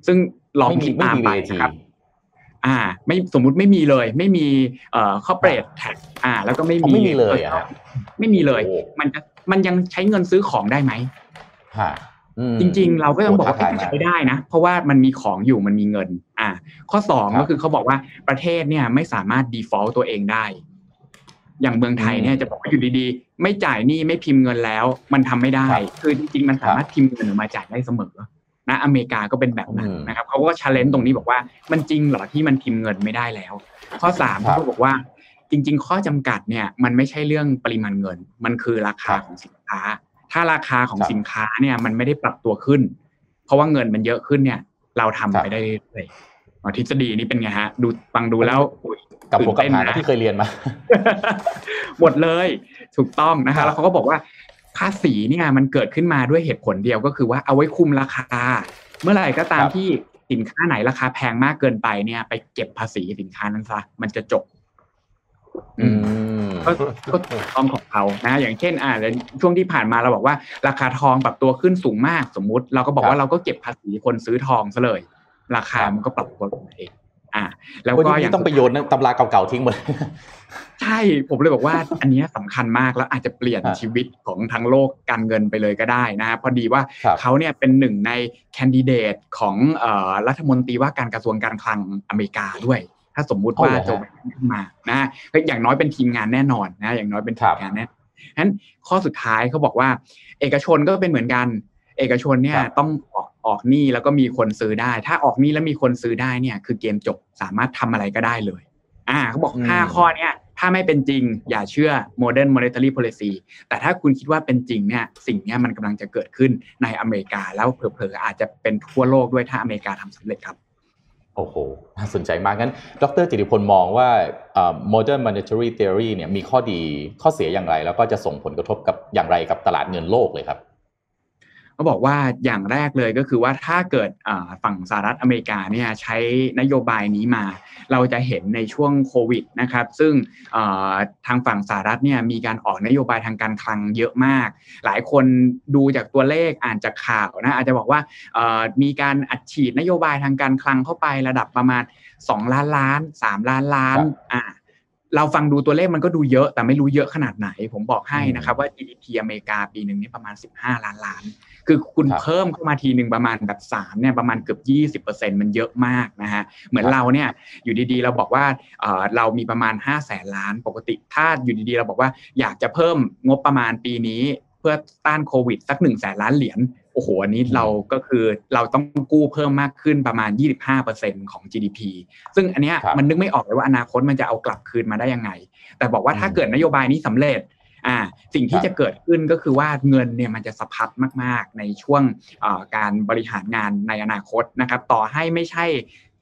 S5: ซึ่งลอง
S4: ไม่มี
S5: คิด
S4: ไม่
S5: ตาม
S4: มี
S5: ไป
S4: VAT
S5: นะครับ อ่า ไม่สมมุติไม่มีเลย ไม่มีเอ่อคอเปรตแท็กอ่า แล้วก็ไม่
S4: อ๋อ
S5: มี
S4: ไม่มีเลยอะฮะ
S5: ไม่มีเลย
S4: โอ้
S5: มันจะมันยังใช้เงินซื้อของได้ไหม
S4: ฮะอืม
S5: จริงๆ เราก็ต้องบอกว่า
S4: โอ้ท้าทายมาก
S5: ใช้ได้นะ เพราะว่ามันมีของอยู่มันมีเงิน อ่า ข้อสอง
S4: ครับ
S5: ก็คือเขาบอกว่าประเทศเนี่ยไม่สามารถ default ตัวเองได้ อย่างเมืองไทยเนี่ย
S4: อืม
S5: จะบอกว่าอยู่ดีๆ ไม่จ่ายหนี้ไม่พิมพ์เงินแล้ว มันทำไม่ได้ คือจริงๆมันสามารถพิมพ์เงินออกมาจ่ายได้เสมอนะอเมริกาก็เป็นแบบนั้น
S4: อืม
S5: นะครับเขาก็ชาเลนจ์ตรงนี้บอกว่ามันจริงเหรอที่มันพิมพ์เงินไม่ได้แล้ว ข้อสาม
S4: ครับ
S5: เขาก็บอกว่า จริง ๆ ข้อจำกัดเนี่ยมันไม่ใช่เรื่องปริมาณเงิน มันคือราคาของสินค้า ถ้าราคาของ
S4: ครับ
S5: สินค้าเนี่ยมันไม่ได้ปรับตัวขึ้น เพราะว่าเงินมันเยอะขึ้นเนี่ย เรา
S4: ค
S5: ทำ
S4: รับ
S5: ไปได้เรื่อยๆอ๋อทฤษฎีนี้เป็นไงฮะ ดูฟังดูแล้วอุ๊ย
S4: กับหัวกับหาง
S5: ตื่นเต้นนะ
S4: ที่เคยเรียนมา
S5: หมดเลยถูกต้องนะ
S4: ครั
S5: คะ
S4: บ
S5: แล้วเขาก็บอกว่าภาษีเนี่ยมันเกิดขึ้นมาด้วยเหตุผลเดียวก็คือว่าเอาไว้คุมราคา เมื่อไหร่ก็ตาม
S4: ครับ
S5: ที่สินค้าไหนราคาแพงมากเกินไปเนี่ย ไปเก็บภาษีสินค้านั้นซะมันจะจบ อืม ก็ก็ถูกต้องของเขานะ อย่างเช่น อ่าแล้วช่วงที่ผ่านมาเราบอกว่าราคาทองปรับตัวขึ้นสูงมากสมมุติ เราก็บอก
S4: ครับ
S5: ว่าเราก็เก็บภาษีคนซื้อทองซะเลย ราคา
S4: ครับ
S5: มันก็ปรับตัวลง มาเอง อ่า แล้ว
S4: โอ้ย
S5: ก็
S4: นี่
S5: อย่าง
S4: ต้องไปโยนตำราเก่าๆทิ้งหมด
S5: ใช่ผมเลยบอกว่า อันเนี้ยสำคัญมากแล้วอาจจะเปลี่ยน
S4: ฮะ
S5: ชีวิตของทั้งโลกการเงินไปเลยก็ได้นะพอดีว่า
S4: ครับ
S5: เขาเนี่ยเป็นหนึ่งในแคนดิเดตของเอ่อรัฐมนตรีว่าการกระทรวงการคลังอเมริกาด้วย ถ้าสมมุติว่าโจไบเดนขึ้นมานะก็อย่างน้อยเป็นทีมงานแน่นอนนะ อย่างน้อยเป็นทีมงานแน่ฉะนั้นข้อสุดท้ายเขาบอกว่า เอกชนก็เป็นเหมือนกัน เอกชนเนี่ย
S4: ครับ
S5: ต้องออกออกหนี้แล้วก็มีคนซื้อได้ ถ้าออกหนี้แล้วมีคนซื้อได้เนี่ย คือเกมจบสามารถทำอะไรก็ได้เลย อ่าเขาบอก 5 ข้อเนี่ยถ้าไม่เป็นจริง อย่าเชื่อ modern monetary policy แต่ถ้าคุณคิดว่าเป็นจริงเนี่ยสิ่งเนี้ยมันกำลังจะเกิดขึ้นในอเมริกาแล้วเผลอๆอาจจะเป็นทั่วโลกด้วยถ้าอเมริกาทำสำเร็จครับ
S4: โอ้โห น่าสนใจมากงั้น ดรจิติพลมองว่าเอ่อ modern monetary theory เนี่ยมีข้อดีข้อเสียอย่างไร แล้วก็จะส่งผลกระทบกับอย่างไรกับตลาดเงินโลกเลยครับ
S5: เขาบอกว่าอย่างแรกเลยก็คือว่าถ้าเกิดอ่าฝั่งสหรัฐอเมริกาเนี่ยใช้นโยบายนี้มา เราจะเห็นในช่วงโควิดนะครับซึ่งอ่าทางฝั่งสหรัฐเนี่ยมีการออกนโยบายทางการคลังเยอะมาก หลายคนดูจากตัวเลขอ่านจากข่าวนะอาจจะบอกว่าอ่ามีการอัดฉีดนโยบายทางการคลังเข้าไประดับประมาณ 2 ล้านล้าน 3 ล้านล้าน
S4: ครับ
S5: อ่าเราฟังดูตัวเลขมันก็ดูเยอะแต่ไม่รู้เยอะขนาดไหน ผมบอกให้
S4: อืม
S5: นะครับว่า GDP อเมริกาปีหนึ่งนี่ประมาณ 15 ล้านล้าน คือคุณ
S4: ครับ
S5: เพิ่มเข้ามาทีหนึ่งประมาณแบบสามเนี่ยประมาณเกือบยี่สิบเปอร์เซ็นมันเยอะมากนะฮะเหมือน
S4: ครับ
S5: เราเนี่ยอยู่ดีๆ เราบอกว่าเอ่อเรามีประมาณห้าแสนล้านปกติ ถ้าอยู่ดีๆ เราบอกว่าอยากจะเพิ่มงบประมาณปีนี้ เพื่อต้านโควิดสักหนึ่งแสนล้านเหรียญโอ้โหอันนี้
S4: อืม
S5: เราก็คือเราต้องกู้เพิ่มมากขึ้นประมาณ 25%ของ GDP ซึ่งอันเนี้ย
S4: ครับ
S5: มันนึกไม่ออกเลยว่าอนาคตมันจะเอากลับคืนมาได้ยังไง แต่บอกว่าถ้า
S4: อืม
S5: เกิดนโยบายนี้สำเร็จ อ่าสิ่ง
S4: ครั
S5: ที่
S4: บ
S5: จะเกิดขึ้นก็คือว่าเงินเนี่ยมันจะสะพัดมาก ๆ ในช่วงเอ่อการบริหารงานในอนาคตนะครับ ต่อให้ไม่ใช่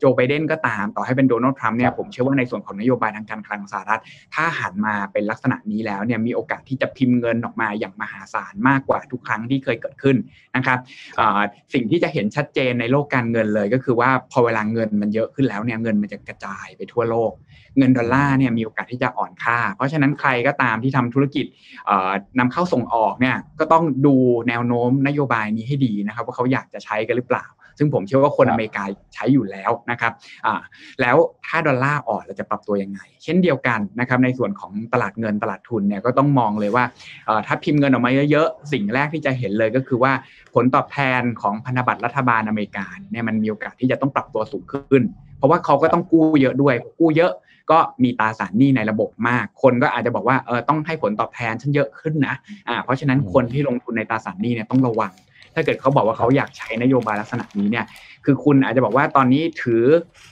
S5: โจไบเดนก็ตาม ต่อให้เป็นโดนัลด์ทรัมป์เนี่
S4: ค
S5: ย
S4: รับ
S5: ผมเชื่อว่าในส่วนของนโยบายทางการคลังสหรัฐ ถ้าหันมาเป็นลักษณะนี้แล้วเนี่ยมีโอกาสที่จะพิมพ์เงินออกมาอย่างมหาศาลมากกว่าทุกครั้งที่เคยเกิดขึ้นนะครับอ่าสิ่งที่จะเห็นชัดเจนในโลกการเงินเลยก็คือว่าพอเวลาเงินมันเยอะขึ้นแล้วเนี่ยเงินมันจะกระจายไปทั่วโลก เงินดอลลาร์เนี่ยมีโอกาสที่จะอ่อนค่า เพราะฉะนั้นใครก็ตามที่ทำธุรกิจเอ่อนำเข้าส่งออกเนี่ยก็ต้องดูแนวโน้มนโยบายนี้ให้ดีนะครับว่าเขาอยากจะใช้กันหรือเปล่า ซึ่งผมเชื่อว่าคน
S4: ครับ
S5: อเมริกาใช้อยู่แล้วนะครับอ่า แล้วถ้าดอลลาร์อ่อนเราจะปรับตัวยังไง เช่นเดียวกันนะครับในส่วนของตลาดเงินตลาดทุนเนี่ยก็ต้องมองเลยว่าเอ่อถ้าพิมพ์เงินออกมาเยอะๆ สิ่งแรกที่จะเห็นเลยก็คือว่าผลตอบแทนของพันธบัตรรัฐบาลอเมริกาเนี่ยมันมีโอกาสที่จะต้องปรับตัวสูงขึ้น เพราะว่าเขาก็ต้องกู้เยอะด้วย กู้เยอะก็มีตราสารหนี้ในระบบมาก คนก็อาจจะบอกว่าเออต้องให้ผลตอบแทนฉันเยอะขึ้นนะอ่าเพราะฉะนั้น
S4: อืม
S5: คนที่ลงทุนในตราสารหนี้เนี่ยต้องระวัง ถ้าเกิดเขาบอกว่าเขาอยากใช้นโยบายลักษณะนี้เนี่ย คือคุณอาจจะบอกว่าตอนนี้ถือ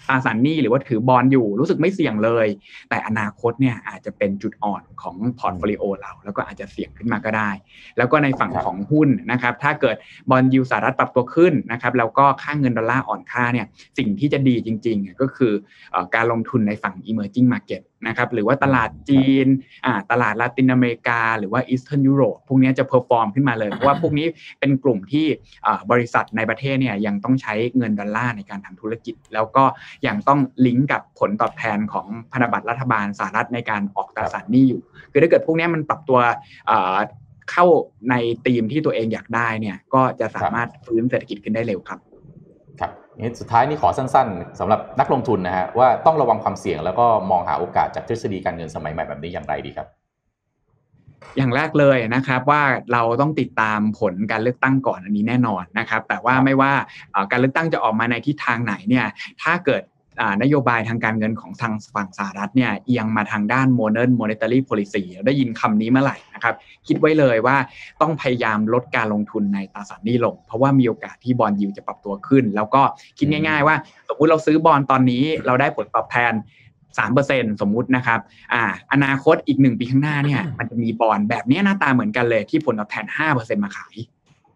S5: ตราสารหนี้หรือว่าถือบอลอยู่รู้สึกไม่เสี่ยงเลย แต่อนาคตเนี่ยอาจจะเป็นจุดอ่อนของพอร์ตโฟลิโอเราแล้วก็อาจจะเสี่ยงขึ้นมาก็ได้ แล้วก็ในฝั่ง
S4: ครับ
S5: ของหุ้นนะครับ ถ้าเกิดบอลยูสหรัฐปรับตัวขึ้นนะครับแล้วก็ค่าเงินดอลลาร์อ่อนค่าเนี่ยสิ่งที่จะดีจริงๆเนี่ยก็คือเอ่อการลงทุนในฝั่ง emerging market นะครับหรือว่าตลาดจีนอ่าตลาดลาตินอเมริกา หรือว่า Eastern Europe พวกเนี้ยจะเพอร์ฟอร์มขึ้นมาเลยเพราะว่าพวกนี้เป็นกลุ่มที่อ่าบริษัทในประเทศเนี่ยยังต้องใช้เงินดอลลาร์ในการทำธุรกิจ แล้วก็ยังต้องลิงก์กับผลตอบแทนของพันธบัตรรัฐบาลสหรัฐในการออกตราสารหนี้อยู่ คือถ้าเกิดพวกเนี้ยมันปรับตัวอ่าเข้าในธีมที่ตัวเองอยากได้เนี่ยก็จะสามารถฟื้นเศรษฐกิจขึ้นได้เร็วครับ
S4: ครับงั้นสุดท้ายนี่ขอสั้นๆสำหรับนักลงทุนนะฮะว่าต้องระวังความเสี่ยงแล้วก็มองหาโอกาสจากทฤษฎีการเงินสมัยใหม่แบบนี้อย่างไรดีครับ
S5: อย่างแรกเลยนะครับว่าเราต้องติดตามผลการเลือกตั้งก่อนอันนี้แน่นอนนะครับ แต่ว่าไม่ว่าเอ่อการเลือกตั้งจะออกมาในทิศทางไหนเนี่ยถ้าเกิด อ่านโยบายทางการเงินของทางฝั่งสหรัฐเนี่ยเอียงมาทางด้าน modern monetary policy ได้ยินคำนี้เมื่อไหร่นะครับ คิดไว้เลยว่าต้องพยายามลดการลงทุนในตราสารหนี้ลง เพราะว่ามีโอกาสที่บอลยูจะปรับตัวขึ้น แล้วก็คิดง่ายๆว่า สมมุติเราซื้อบอลตอนนี้เราได้ผลตอบแทน 3%สมมุตินะครับอ่าอนาคตอีก 1 ปีข้างหน้าเนี่ยมันจะมีบอลแบบเนี้ยหน้าตาเหมือนกันเลยที่ผลตอบแทน 5%มาขาย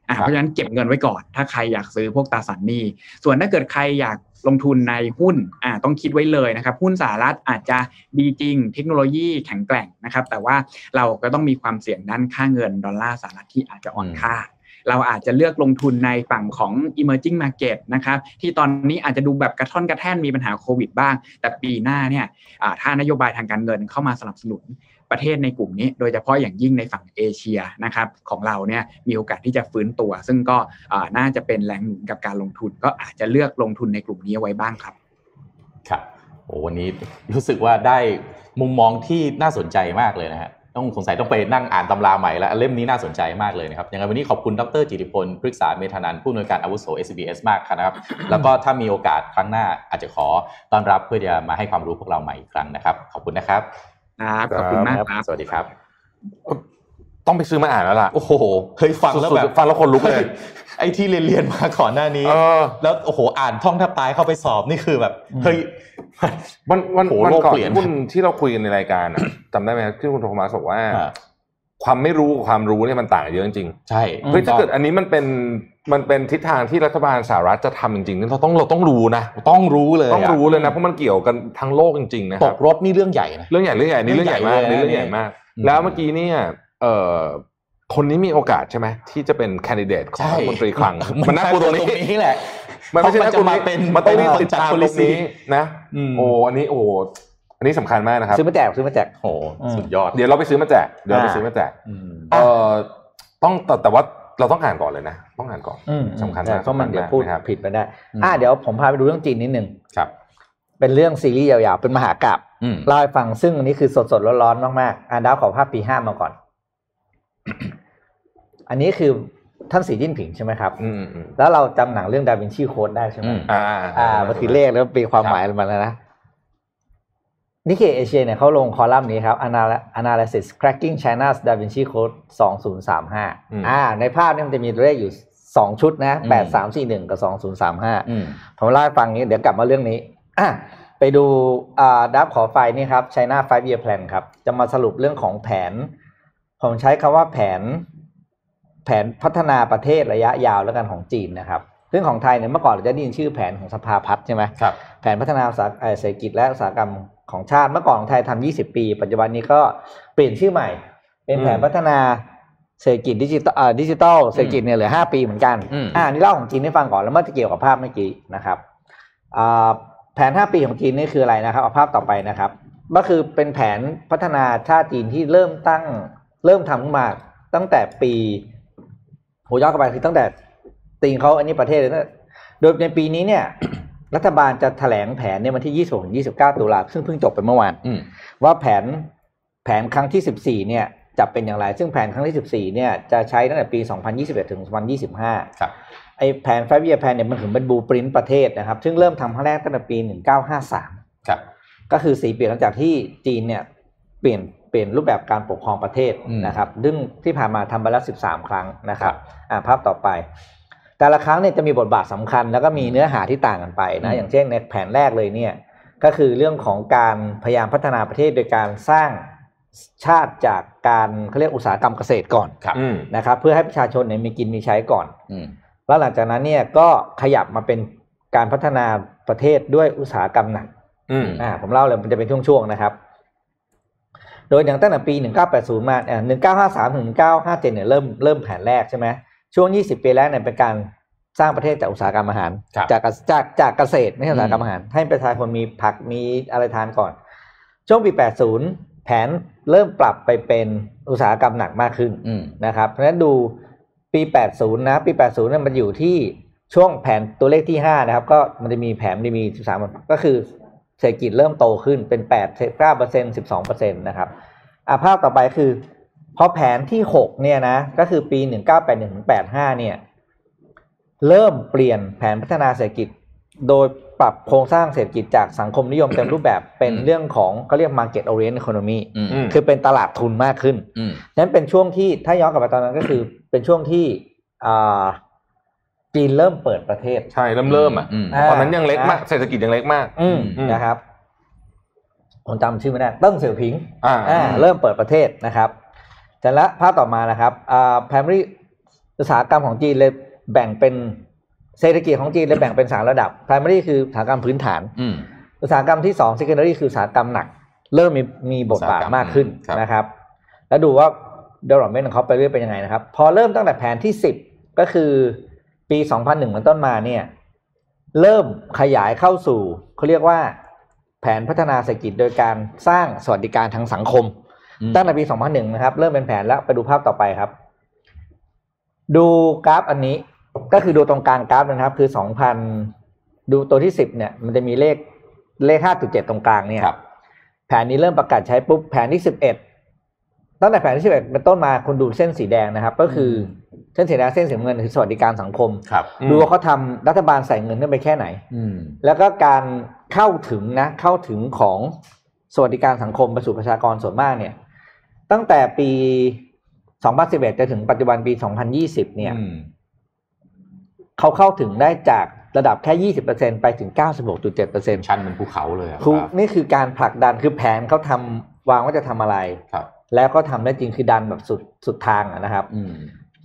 S5: อ่าเพราะฉะนั้นเก็บเงินไว้ก่อน ถ้าใครอยากซื้อพวกตราสารหนี้ ส่วนถ้าเกิดใครอยากลงทุนในหุ้นอ่าต้องคิดไว้เลยนะครับ หุ้นสหรัฐอาจจะดีจริง เทคโนโลยีแข็งแกร่งนะครับ แต่ว่าเราก็ต้องมีความเสี่ยงด้านค่าเงินดอลลาร์สหรัฐที่อาจจะอ่อนค่า เราอาจจะเลือกลงทุนในฝั่งของ emerging market นะครับ ที่ตอนนี้อาจจะดูแบบกระท่อนกระแท่นมีปัญหาโควิดบ้าง แต่ปีหน้าเนี่ยอ่าถ้านโยบายทางการเงินเข้ามาสนับสนุน ประเทศในกลุ่มนี้ โดยเฉพาะอย่างยิ่งในฝั่งเอเชียนะครับของเราเนี่ยมีโอกาสที่จะฟื้นตัว ซึ่งก็อ่าน่าจะเป็นแรงหนุนกับการลงทุน ก็อาจจะเลือกลงทุนในกลุ่มนี้ไว้บ้างครับ
S4: ครับโอ้วันนี้รู้สึกว่าได้มุมมองที่น่าสนใจมากเลยนะฮะต้องสงสัยต้องไปนั่งอ่านตำราใหม่แล้วเล่มนี้น่าสนใจมากเลยนะครับยังไงวันนี้ขอบคุณดรจิติพลพฤกษาเมธานันท์ผู้อำนวยการอาวุโส SBS มากครับนะครับ แล้วก็ถ้ามีโอกาสครั้งหน้าอาจจะขอต้อนรับเพื่อจะมาให้ความรู้พวกเราใหม่อีกครั้งนะครับ ขอบคุณนะครับ
S5: ครับ ขอบคุณมากครับ
S4: สวัสดีครับ
S3: ต้องไปซื้อมาอ่านแล้วล่ะ
S4: โอ้โหเฮ้ยฟังแล้วแบบ
S3: สุดๆฟังแล้วคนลุกเลย
S4: ไอ้ที่เรียนๆมาก่อนหน้านี้
S3: เออ
S4: แล้วโอ้โหอ่านท่องแทบตายเข้าไปสอบนี่คือแบบเฮ้ย
S3: วันวัน
S4: โห
S3: วัน
S4: โลก
S3: ก่อน
S4: เปลี่ยน
S3: หุ้นที่เราคุยกันในรายการอะ จำได้ไหมครับที่คุณโทมัสบอกว่า
S4: อ่า
S3: ความไม่รู้กับความรู้เนี่ยมันต่างเยอะจริง
S4: ใช่
S3: ๆเฮ้ยถ้าเกิดอันนี้มันเป็นมันเป็นทิศทางที่รัฐบาลสหรัฐจะทำจริงๆนี่เราต้องเราต้องรู้นะ
S4: ต้องรู้เลยะ
S3: ต้องรู้เลยนะเพราะมันเกี่ยวกันทั้งโลกจริงๆนะค
S4: ต
S3: รับ
S4: กรถนี่เรื่องใหญ่นะ
S3: เรื่องใหญ่เรื่องใหญ่นี่เรื่องใหญ่มากนี่เรื่องใหญ่มาก
S4: อืม
S3: แล้วเมื่อกี้เนี่ยเอ่อคนนี้มีโอกาสใช่ไหมที่จะเป็นแคนดิเดตของ
S4: ใช่
S3: รัฐมนตรีคลังมันน่ากลัวตรงนี้
S4: แหละ
S3: มันไม่ใช่
S4: เพราะ
S3: นะ
S4: มันจะ
S3: คุณ
S4: มาเป็น
S3: มันต้องรีบ
S4: คน
S3: ติด
S4: จัด
S3: ตามตรง
S4: policy
S3: นี้นะ
S4: อืม
S3: โอ้อันนี้โอ้อันนี้สำคัญมากนะครับ
S2: ซื้อมาแจกซื้อมาแจก
S4: โอ้โหสุดยอด
S3: เดี๋ยวเราไปซื้อมาแจกเดี๋ยวเราไป
S2: อ่า
S3: ซื้อมาแจก
S4: อืม
S3: เออต้องแต่แต่ว่าเราต้องอ่านก่อนเลยนะ ต้องอ่านก่อน
S2: อืม
S3: สำคัญมาก
S2: ใช่เพราะมัน
S3: สำคัญ
S2: เดี๋ยวพูด
S3: มากนะครับ
S2: ผิดไปได้
S4: อืม
S2: อ่าเดี๋ยวผมพาไปดูเรื่องจีนนิดนึง
S4: ครับ
S2: เป็นเรื่องซีรีส์ยาวๆ เป็นมหากราบ
S4: อืม
S2: เล่าให้ฟังซึ่งอันนี้คือสดๆ ร้อนๆ มากๆ อ่าดาวขอภาพปีห้ามาก่อน อันนี้คือท่านสีจิ้นผิงใช่ไหมครับ
S3: อืมอืม
S2: แล้วเราจำหนังเรื่องดาวินชีโค้ดได้ใช่ไหม
S4: อืม
S3: อ่า
S2: อ่ามันคือเลขแล้วเป็นความหมายมันแล้วนะนิเคเอเชียเนี่ยเขาลงคอลัมน์นี้ครับ Anal- analysis cracking China's Da Vinci Code 2035อ่า ในภาพเนี่ยมันจะมีตัวเลขอยู่ 2 ชุดนะ
S4: อืม
S2: 8 3 4 1 กับ
S4: อืม
S2: 2035 ผมเล่าให้ฟังนี้เดี๋ยวกลับมาเรื่องนี้ อ่ะไปดูอ่าดับขอไฟล์นี่ครับ China 5 year plan ครับ จะมาสรุปเรื่องของแผน ผมใช้คำว่าแผน แผนพัฒนาประเทศระยะยาวแล้วกันของจีนนะครับ ซึ่งของไทยเนี่ยเมื่อก่อนเราจะได้ยินชื่อแผนของสภาพัฒน์ใช่ไหม
S4: ครับ
S2: แผนพัฒนาอุตสาหเอ่อเศรษฐกิจและอุตสาหกรรมของชาติเมื่อก่อนของไทยทำ 20 ปี ปัจจุบันนี้ก็เปลี่ยนชื่อใหม่ เป็นแผนพัฒนาเศรษฐกิจดิจิตอลเอ่อดิจิทัลเศรษฐกิจเนี่ยเหลือ 5 ปีเหมือนกัน
S4: อืม
S2: นี่เล่าของจีนให้ฟังก่อนแล้วมันจะเกี่ยวกับภาพเมื่อกี้นะครับอ่าแผน 5 ปีของจีนนี่คืออะไรนะครับเอาภาพต่อไปนะครับ ก็คือเป็นแผนพัฒนาชาติจีนที่เริ่มตั้งเริ่มทำขึ้นมาตั้งแต่ปีโหย้อนกลับไปคือตั้งแต่ตีนเขาอันนี้ประเทศเลยตั้งแต่โดยในปีนี้เนี่ย รัฐบาลจะแถลงแผนในวันที่ 26 29 ตุลาซึ่งเพิ่งจบไปเมื่อวาน
S4: อืม
S2: ว่าแผนแผนครั้งที่ 14 เนี่ยจะเป็นอย่างไร ซึ่งแผนครั้งที่ 14 เนี่ยจะใช้ตั้งแต่ปี 2021 ถึง 2025
S4: ครับ
S2: ไอแผนแฟบีแผนเนี่ยมันถึงเป็นบูปรินประเทศนะครับ ซึ่งเริ่มทำครั้งแรกตั้งแต่ปี 1953
S4: ครับ
S2: ก็คือสีเปลี่ยนหลังจากที่จีนเนี่ยเปลี่ยนเปลี่ยนรูปแบบการปกครองประเทศ
S4: อืม
S2: นะครับซึ่งที่ผ่านมาทำมาแล้ว13 ครั้งนะครั
S4: ครับ บ
S2: อ่าภาพต่อไป แต่ละครั้งเนี่ยจะมีบทบาทสำคัญ แล้วก็มีเนื้อหาที่ต่างกันไป
S4: อื
S2: นะ
S4: ม
S2: อย่างเช่นในแผนแรกเลยเนี่ยก็คือเรื่องของการพยายามพัฒนาประเทศโดยการสร้างชาติจากการเขาเรียกอุตสาหกรรมเกษตรก่อน
S4: ครับ
S3: อืม
S2: นะครับเพื่อให้ประชาชนเนี่ยมีกินมีใช้ก่อน
S4: อืม
S2: แล้วหลังจากนั้นเนี่ยก็ขยับมาเป็นการพัฒนาประเทศด้วยอุตสาหกรรมหนัก
S3: อืม
S2: อ่าผมเล่าเลยมันจะเป็นช่วงๆนะครับ โดยอย่างตั้งแต่ปี 1980 มาเอ่อ1953 ถึง 1957 เนี่ยเริ่มเริ่มแผนแรกใช่ไหมช่วง 20 ปีแรกเนี่ยเป็นการสร้างประเทศจากอุตสาหกรรมอาหาร
S4: ครับ
S2: จากจากจากเกษตรไม่ใช่อุตสาหกรรมอาหาร ให้ประชาชนมีผักมีอะไรทานก่อน ช่วงปี 80 แผนเริ่มปรับไปเป็นอุตสาหกรรมหนักมากขึ้น
S4: อืม
S2: นะครับ เพราะฉะนั้นดูปี 80 นะ ปี 80เนี่ยมันอยู่ที่ช่วงแผนตัวเลขที่ 5 นะครับ ก็มันจะมีแผนมันจะมี 13 ก็คือเศรษฐกิจเริ่มโตขึ้นเป็น 8 9 12 นะครับอ่ะภาพต่อไปคือ พอแผนที่ 6 เนี่ยนะ ก็คือปี 1981 85 เนี่ย เริ่มเปลี่ยนแผนพัฒนาเศรษฐกิจ โดยป ปรับโครงสร้างเศรษฐกิจจากสังคมนิยมเต็มรูปแบบเป็นเรื่องของเขาเรียก market oriented economy
S4: อืม
S3: อืม
S2: คือเป็นตลาดทุนมากขึ้น
S4: อืม
S2: นั้นเป็นช่วงที่ถ้าย้อนกลับไปตอนนั้นก็คือ เป็นช่วงที่อ่าจีนเริ่มเปิดประเทศ
S3: ใช่เริ่มเริ่มอ่ะ
S4: อืม
S2: อ่า
S3: ตอนนั้นยังเล็กมากเศรษฐกิจยังเล็กมาก
S2: อืม
S3: อืม
S2: นะครับผมจำชื่อไม่ได้เติ้งเสี่ยวผิง
S3: อ่า
S2: อ่าเริ่มเปิดประเทศนะครับแต่ละภาพต่อมานะครับอ่า primary อุตสาหกรรมของจีนเลยแบ่งเป็นเศรษฐกิจของจีนเลยแบ่งเป็นสามระดับ primary คืออุตสาหกรรมพื้นฐาน
S4: อืม
S2: อุตสาหกรรมที่สอง secondary คืออุตสาหกรรมหนัก เริ่มมีมีบทบาทมากขึ้น
S4: อุตสาหกรรมครับ
S2: นะครับ แล้วดูว่า development ของเขาไปเรื่อยเป็นยังไงนะครับ พอเริ่มตั้งแต่แผนที่ 10 ก็คือปี 2001เป็นต้นมาเนี่ย เริ่มขยายเข้าสู่เขาเรียกว่าแผนพัฒนาเศรษฐกิจโดยการสร้างสวัสดิการทางสังคม
S4: อืม
S2: ตั้งแต่ปี 2001 นะครับ เริ่มเป็นแผนแล้วไปดูภาพต่อไปครับ ดูกราฟอันนี้ก็คือดูตรงกลางกราฟนะครับ คือ 2000 ดูตัวที่ 10 เนี่ย มันจะมีเลขเลข 5.7 ตรงกลางเนี่ย
S4: ครับ
S2: แผนนี้เริ่มประกาศใช้ปุ๊บแผนที่ 11 ตั้งแต่แผนที่ 11 เป็นต้นมาคุณดูเส้นสีแดงนะครับ ก็คืออเส้นสีแดงเส้นสีน้ำเงินคือสวัสดิการสังคม
S4: ครับ
S3: อืม
S2: ดูว่าเขาทำรัฐบาลใส่เงินขึ้นไปแค่ไหน
S4: อืม
S2: แล้วก็การเข้าถึงนะเข้าถึงของสวัสดิการสังคมประสู่ประชากรส่วนมากเนี่ย ตั้งแต่ปี 2011จนถึงปัจจุบันปี 2020 เนี่ย
S4: อืม
S2: เขาเข้าถึงได้จากระดับแค่ 20%ไปถึง 96.7%
S4: ชันเป็นภูเขาเลยอะ
S2: คือบ นี่คือการผลักดันคือแผนเขาทำวางว่าจะทำอะไร
S4: ครับ
S2: แล้วก็ทำได้จริงคือดันแบบสุดสุดทางอะนะครับ
S4: อืม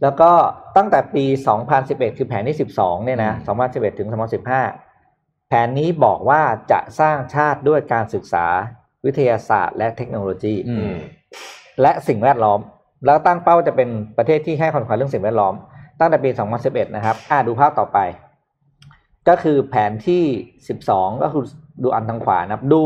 S2: แล้วก็ตั้งแต่ปี 2011 คือแผนที่ 12 เนี่ยนะ
S4: อื
S2: 2011 ถึง 2015 แผนนี้บอกว่าจะสร้างชาติด้วยการศึกษาวิทยาศาสตร์และเทคโนโลยี
S4: อื
S3: อื
S4: ม
S3: ม
S2: และสิ่งแวดล้อม แล้วตั้งเป้าจะเป็นประเทศที่ให้ความสำคัญเรื่องสิ่งแวดล้อม ตั้งแต่ปี 2011 นะครับ อ่าดูภาพต่อไป ก็คือแผนที่ 12 ก็คือดูอันทางขวานะครับ ดู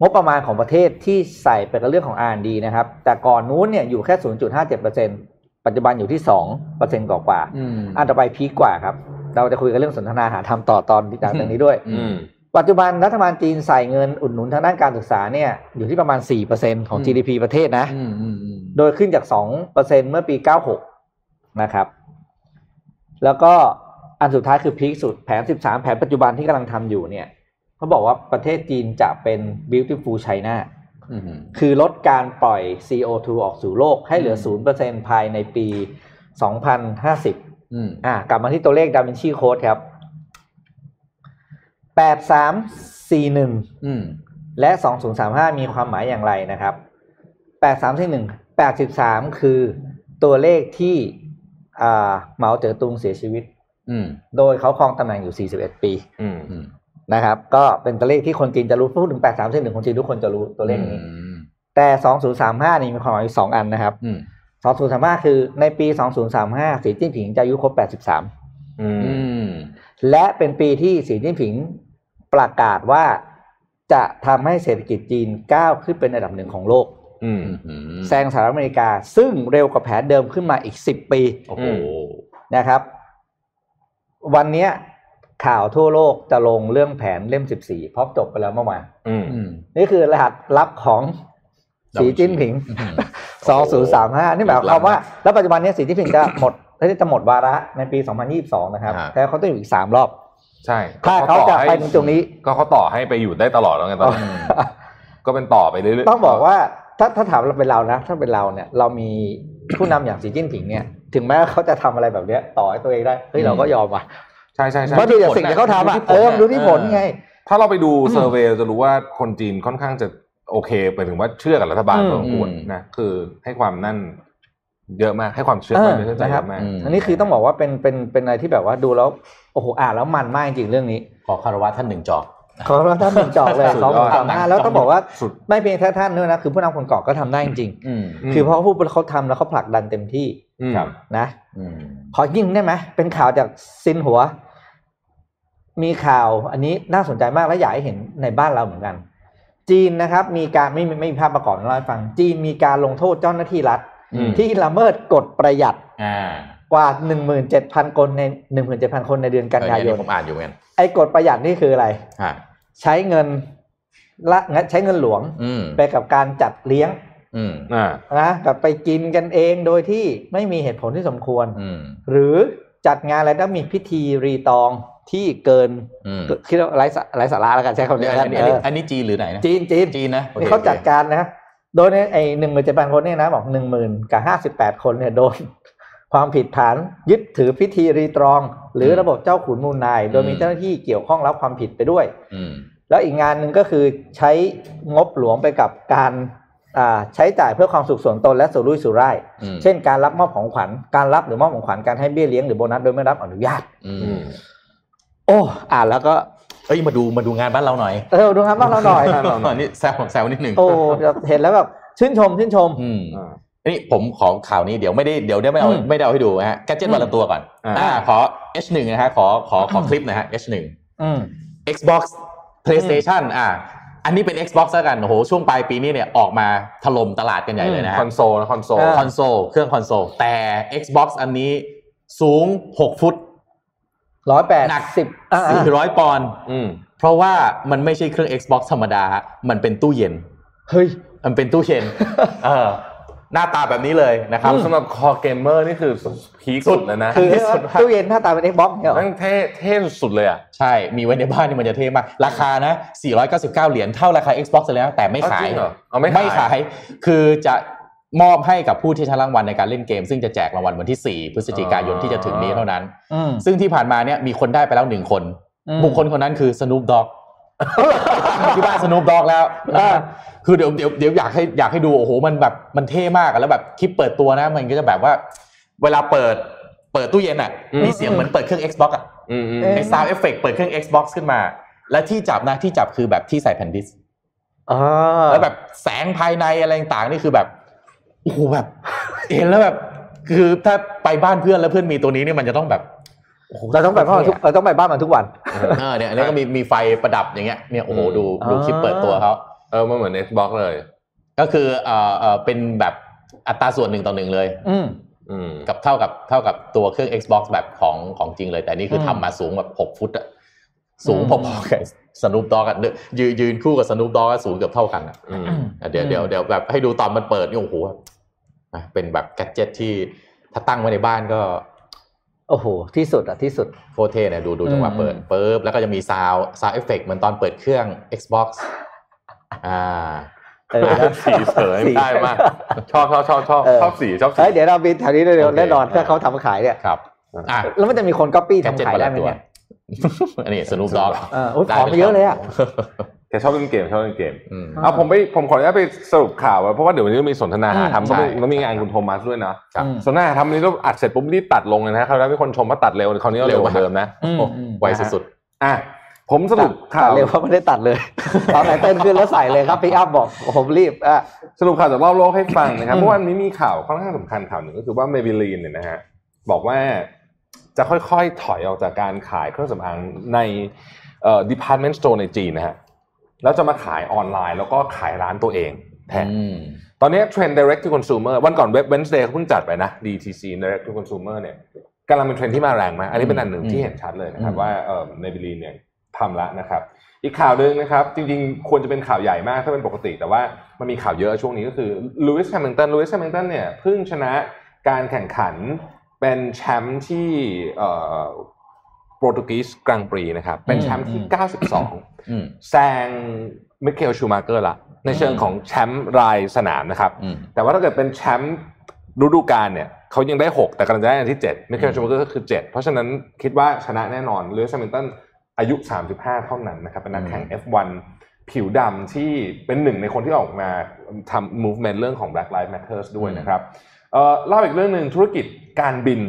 S2: งบประมาณของประเทศที่ใส่ไปกับเรื่องของ R&D นะครับ แต่ก่อนนู้นเนี่ยอยู่แค่ 0.57%ปัจจุบันอยู่ที่ 2%กว่ากว่า
S4: อืม
S2: ๆอันต่อไปพีคกว่าครับ เราจะคุยกันเรื่องสนทนาหาธรรมต่อตอนที่ต่างๆนี้ด้วย
S4: อื
S3: อืม
S2: ปัจจุบันรัฐบาลจีนใส่เงินอุดหนุนทางด้านการศึกษาเนี่ยอยู่ที่ประมาณ 4%ของ GDP ประเทศนะ
S4: อืมอืมอืม
S2: โดยขึ้นจาก 2%เมื่อปี 96 นะครับ แล้วก็อันสุดท้ายคือพีคสุดแผน 13 แผนปัจจุบันที่กำลังทำอยู่เนี่ยเขาบอกว่าประเทศจีนจะเป็น beautiful China
S4: อืม
S2: คือลดการปล่อย CO2 ออกสู่โลกให้เหลือ
S4: อื
S2: 0%ภายในปี 2050
S4: อืม
S2: อ่ากลับมาที่ตัวเลขดาวินชีโค้ดครับ 8341
S4: อืม
S2: และ 2035 มีความหมายอย่างไรนะครับ 8341 83 คือตัวเลขที่อ่าเหมาเจ๋อตุงเสียชีวิต
S4: อืม
S2: โดยเขาครองตำแหน่งอยู่ 41 ปี
S3: อืม
S4: อืม
S2: นะครับ ก็เป็นตัวเลขที่คนจีนจะรู้พูดถึง 8341 คนจีนทุกคนจะรู้ตัวเลขนี้
S4: อืม
S2: แต่ 2035 นี่มีความหมายอยู่ 2 อันนะครับ
S4: อืม
S2: 2035 คือในปี 2035 สีจิ้นผิงจะอายุครบ 83
S3: อืม
S4: อืม
S2: และเป็นปีที่สีจิ้นผิงประกาศว่าจะทำให้เศรษฐกิจจีนก้าวขึ้นเป็นอันดับหนึ่งของโลก
S3: อืม
S4: อืมอืม
S2: แซงสหรัฐอเมริกา ซึ่งเร็วกว่าแผนเดิมขึ้นมาอีก 10 ปี
S4: โอ้โห
S2: นะครับ วันเนี้ยข่าวทั่วโลกจะลงเรื่องแผนเล่ม 14 เพราะจบไปแล้วเมื่อวาน
S3: อืม
S4: อืม
S2: นี่คือรหัสลับของ
S4: ดาวน์
S2: สีจิ้นผิง
S4: อืม
S2: 2035 นี่หมายความว่า แล้วปัจจุบันเนี้ยสีจิ้นผิงจะหมดเขาจะหมดวาระในปี 2022 นะครับ
S4: ฮะ
S2: แต่เขาต้องอยู่อีก 3 รอบ
S3: ใช่
S2: ถ้าเขาจะไปถึงตรงนี้
S3: ก็เขาต่อให้ไปอยู่ได้ตลอดแล้วไงตอนนี้ก็เป็นต่อไปเรื่อย ๆ
S2: ต้องบอกว่าถ้าถ้าถามเราเป็นเรานะ ถ้าเป็นเราเนี่ย เรามีผู้นำอย่างสีจิ้นผิงเนี่ย ถึงแม้ว่าเขาจะทำอะไรแบบเนี้ยต่อให้ตัวเองได้เฮ้ยเราก็ยอมว่ะ
S3: ใช่ใช่ใช่
S2: เพราะดูจากสิ่งที่เขาทำอ่ะเออมันดูที่ผลไง
S3: ถ้าเราไปดูเซอร์เวย์เราจะรู้ว่าคนจีนค่อนข้างจะโอเคไปถึงว่าเชื่อกับรัฐบาล
S2: อืม
S3: พอสมควร
S4: อืม
S3: นะคือให้ความนั่นเยอะมากให้ความเชื่อความเชื่อใจ
S2: นะค
S3: เย
S2: รับ
S3: อะมาก
S4: อืม
S2: อันนี้คือต้องบอกว่าเป็นเป็นเป็นอะไรที่แบบว่าดูแล้วโอ้โหอ่านแล้วมันมากจริงเรื่องนี้
S4: ขอคารวะท่านหนึ่งจอบ
S2: ขอรับท่านหนึ่งจอกเลย
S3: สุด
S2: สอง
S3: ยอด
S2: สามห้าแล้วต้องบอกว่า
S3: สุด
S2: ไม่เพียงแค่ท่านด้วยนะคือผู้นำคนเกาะก็ทำได้จริง
S4: อืม
S3: อื
S2: ๆ
S3: ม
S2: คือเพราะผู้เขาทำแล้วเขาผลักดันเต็มที่
S3: อืม
S4: ครับ
S2: นะ
S4: อืม
S2: ขอยิ่งได้ไหมเป็นข่าวจากซินหัว มีข่าวอันนี้น่าสนใจมากและอยากให้เห็นในบ้านเราเหมือนกัน จีนนะครับ มีการไม่ไม่ไม่มีภาพประกอบเล่าให้ฟัง จีนมีการลงโทษเจ้าหน้าที่รัฐ
S4: อืม
S2: ที่ละเมิดกฎประหยัด
S4: อ่าก
S2: ว่า 17,000 คนใน 17,000 คนในเดือนกันยาย
S4: เออน ผมอ่านอยู่เหมือนกัน
S2: ไอ้กฎประหยัดนี่คืออะไร
S4: ฮะ
S2: ใช้เงินละใช้เงินหลวง
S4: อืม
S2: ไปกับการจัดเลี้ยง
S4: อืม
S3: อ่า
S2: นะแบบไปกินกันเองโดยที่ไม่มีเหตุผลที่สมควร
S4: อืม
S2: หรือจัดงานอะไรแล้วมีพิธีรีตอง ที่เกิน
S4: อืม
S2: คิดว่าไร้สาไร้สาระแล้วกันใช้คำนี้
S4: เดี๋ยว
S2: แล้วกัน น
S4: อันี้
S2: เอ
S4: อันนี้
S2: อ
S4: อันนี้จีนหรือไหนนะ
S2: จีนจีน
S4: จีนนะโอค
S2: นี่เขาจัดการนะ โดยในไอ้หนึ่งหมื่นเจ็ดพันคนเนี่ยนะบอกหนึ่งหมื่นกับห้าสิบแปดคนเนี่ยโดน ความผิดฐานยึดถือพิธีรีตรอง หรือระบบเจ้าขุนมูลนาย โดยมีเจ้าหน้าที่เกี่ยวข้องรับความผิดไปด้วย
S4: อืม
S2: แล้วอีกงานหนึ่งก็คือใช้งบหลวงไปกับการอ่าใช้จ่ายเพื่อความสุขส่วนตนและสุรุ่ยสุร่าย
S4: อืม
S2: เช่นการรับมอบของขวัญการรับหรือมอบของขวัญการให้เบี้ยเลี้ยงหรือโบนัสโดยไม่รับอนุญาต
S4: อื
S3: อื
S4: ม
S3: ม
S2: โอ้อ่านแล้วก็
S4: เอ้ยมาดูมาดูงานบ้านเราหน่อย
S2: เออดูครับบ้างเราหน่อย
S3: บ้านเราหน่อย
S4: นี่แซวแซวนิดหนึ่ง
S2: โอ้เห็นแล้วแบบชื่นชมชื่นชม
S4: อืม
S3: อ่า
S4: นี่ผมขอข่าวนี้เดี๋ยวไม่ได้เดี๋ยวไม่เอา
S2: อืม
S4: ไม่ได้เอาให้ดูนะฮะแกจิต
S2: อืม
S4: วันละตัวก่อน
S3: อ่า
S4: อ่าขอ H1 นะฮะขอขอขอคลิปนะฮะ H1
S2: อืม
S4: Xbox PlayStation อ่า อันนี้เป็น Xbox แล้วกันโอ้โหช่วงปลายปีนี้เนี่ยออกมาถล่มตลาดกันใหญ่เลยนะ
S3: ค
S4: ฮะ
S3: อนโซลนะคอนโซล
S2: เออ
S4: คอนโซลเครื่องคอนโซลแต่ Xbox อันนี้สูง 6 ฟุต
S2: ร้อยแปด
S4: หนัก
S2: สิบอ่าอ่า
S4: 400 ปอนด์
S3: อืม
S4: เพราะว่ามันไม่ใช่เครื่อง Xbox ธรรมดา มันเป็นตู้เย็น
S2: เฮ้ย
S4: มันเป็นตู้เย็น เออหน้าตาแบบนี้เลยนะครับ
S3: สำหรับคอเกมเมอร์นี่คือพีคสุดแล้วนะ
S2: คือ
S4: ที่สุด
S2: ตู้เย็นหน้าตาเป็น Xbox เนี่ยเหรอ
S3: นั่งเท่เท่สุดเลยอ่ะ
S4: ใช่ มีไว้ในบ้านนี่มันจะเท่มาก ราคานะ 499 เหรียญเท่าราคา Xbox เลยนะแต่ไม่ขาย
S3: เอจริงเหรอเอาไม่ขาย
S4: ไม่ขาย คือจะมอบให้กับผู้ที่ชนะรางวัลในการเล่นเกม ซึ่งจะแจกรางวัลวันที่ 4 พฤศจิกายน
S3: อ๋อ
S4: ที่จะถึงนี้เท่านั้น
S2: อืม
S4: ซึ่งที่ผ่านมาเนี่ยมีคนได้ไปแล้วหนึ่งคน
S2: อืม
S4: บุคคลคนนั้นคือส o ูป ด็อกที่บ้านส o ูปด็อกแล้ว
S2: อ่า
S4: คือเดี๋ยวเดี๋ยวเดี๋ยวอยากให้อยากให้ดู โอ้โห มันแบบมันเท่มากอะแล้วแบบคลิปเปิดตัวนะ มันก็จะแบบว่า เวลาเปิดเปิดตู้เย็นอ่ะ
S3: อืม
S4: มีเสียงเหมือนเปิดเครื่อง Xbox อ่ะ
S3: อืมอืม
S2: เอ๊ะ
S4: ไอ้ sound effect เปิดเครื่อง Xbox ขึ้นมา และที่จับนะที่จับคือแบบที่ใส่แผ่นดิสก์
S2: อ่า
S4: แล้วแบบแสงภายในอะไรต่างๆนี่คือแบบโอ้โหแบบ เห็นแล้วแบบ คือถ้าไปบ้านเพื่อนแล้วเพื่อนมีตัวนี้เนี่ยมันจะต้องแบบโอ้โห
S2: เราต้องไปบ้านมันทุกเราต้องไปบ้านมันทุกวัน
S4: เออเนี่ยอันนี้ก็มีมีไฟประดับอย่างเงี้ยเนี่ยโอ้โหดูดู
S2: อ่า
S4: คลิปเปิดตัวเขา
S3: เออมันเหมือน Xbox เลย
S4: ก็คือเออเออเป็นแบบอัตราส่วนหนึ่งต่อหนึ่งเลย
S2: อืม
S3: อืม
S4: กับเท่ากับเท่ากับตัวเครื่อง Xbox แบบของของจริงเลย แต่นี่คืออ
S2: ม
S4: ทำมาสูงแบบ 6 ฟุตอะสูง
S2: อื
S4: พ
S2: ม
S4: อๆกับสนุปดอกกันยืนยืนคู่กับสนุปดอกก็สูงเกือบเท่ากันอะ
S3: อืม
S4: เดี๋ยวเดี๋ยวเดี๋ยวแบบให้ดูตอนมันเปิดนี่โอ้โหอ่ะเป็นแบบแกดเจิตที่ถ้าตั้งไว้ในบ้านก็
S2: โอ้โห ที่สุดอ่ะที่สุด
S4: โคตรเท่เนี่ยดูดูจังหวะเปิดปุ๊บแล้วก็จะมีซาวซาวเอฟเฟกเหมือนตอนเปิดเครื่อง Xbox อ่า
S2: เออ นะ
S3: สีเสยได้มาก ชอบชอบชอบชอบ
S2: เออ
S3: ชอบสีชอบสี
S2: เฮ้ย เดี๋ยวเราบินแถวนี้เร็วๆ
S4: โอเค
S2: แน่นอนถ้าเขาทำขายเนี่ย
S4: ครับอ่ะ
S2: แล้วมันจะมีคนก๊อปปี้
S4: แกดเจิต
S2: ทำขาย
S4: ประห
S2: ได้
S4: ลาด
S2: ไหม
S4: ตัว
S2: เนี่ย
S4: อันนี้สนุปดอก
S2: เออโอ้ยของเยอะเลยอ่ะ
S3: แกชอบเล่นเกมชอบเล่นเกม
S2: อ่า
S3: เอาผมไปผมขออนุญาตไปสรุปข่าวไว้เพราะว่าเดี๋ยววันนี้มีสนทนาหา
S4: อืม
S3: ทำต้องมี
S4: ใช่
S3: ต้องมีงานคุณโทมัสด้วยนะครับ
S2: อืม
S3: สนทนาหาทำนี้ต้องอัดเสร็จปุ๊บรีบตัดลงเลยนะคราวนี้มีคนชมว่าตัดเร็วคราวนี้เราเร็วกว่าเดิมนะ
S2: อืม
S4: โอ้ไวสุด
S3: อ่ะผมสรุปข่า
S2: ตัด
S3: ว
S2: เร็วเพราะไม่ได้ตัดเลย ตอนไหนเต้นขึ้นแล้วใส่เลยครับพิกอัพบอกผมรีบอ่ะ
S3: สรุปข่าวจากรอบโลกให้ฟังนะครับ
S2: อืม
S3: เพราะวันนี้มีข่าวค่อนข้างสำคัญข่าวหนึ่งก็คือว่าเมบิลีนเนี่ยนะฮะบอกว่าจะค่อยๆถอยออกจากการขายเครื่องสำอางในเอ่อ department store ในจีนนะฮะแล้วจะมาขายออนไลน์ แล้วก็ขายร้านตัวเอง
S4: ๆ
S3: แทน
S4: อืม
S3: ตอนนี้เทรนด์ direct to consumer วันก่อน Web Wednesday เขาเพิ่งจัดไปนะ DTC direct to consumer เนี่ยกำลังเป็นเทรนด์ที่มาแรงมาก อันนี้เป็นอันหนึ่ง
S4: อืม
S3: ที่เห็นชัดเลยนะครับ
S4: อืม
S3: ว่าในบิลีเนี่ยทำละนะครับ อีกข่าวหนึ่งนะครับ จริงๆ ควรจะเป็นข่าวใหญ่มากถ้าเป็นปกติ แต่ว่ามันมีข่าวเยอะช่วงนี้ก็คือลูอิสแฮมิ l ตันลูอิสแฮมิ l ตันเนี่ยเพิ่งชนะการแข่งขันเป็นแชมป์ที่โปรตุกีสกรังปรีนะครับเป็นแชมป์ที่ 92
S4: อืม
S3: แซงมิเกลชูมาเกอร์ละในเชิงของแชมป์รายสนามนะครับ
S4: อืม
S3: แต่ว่าถ้าเกิดเป็นแชมป์ฤดูกาลเนี่ยเขายังได้ 6 แต่กำลังจะได้อันที่7มิเกลชูมาเกอร์ก็คือ 7 เพราะฉะนั้นคิดว่าชนะแน่นอนล e ิ i s แฮมิ l ตันอายุ 35 เท่านั้นนะครับ เป็นนักแข่ง F1 ผิวดำที่เป็นหนึ่งในคนที่ออกมาทำ movement เรื่องของ Black Lives Matter ด้วยนะครับเอ่อเล่าอีกเรื่องหนึ่งธุรกิจการบิน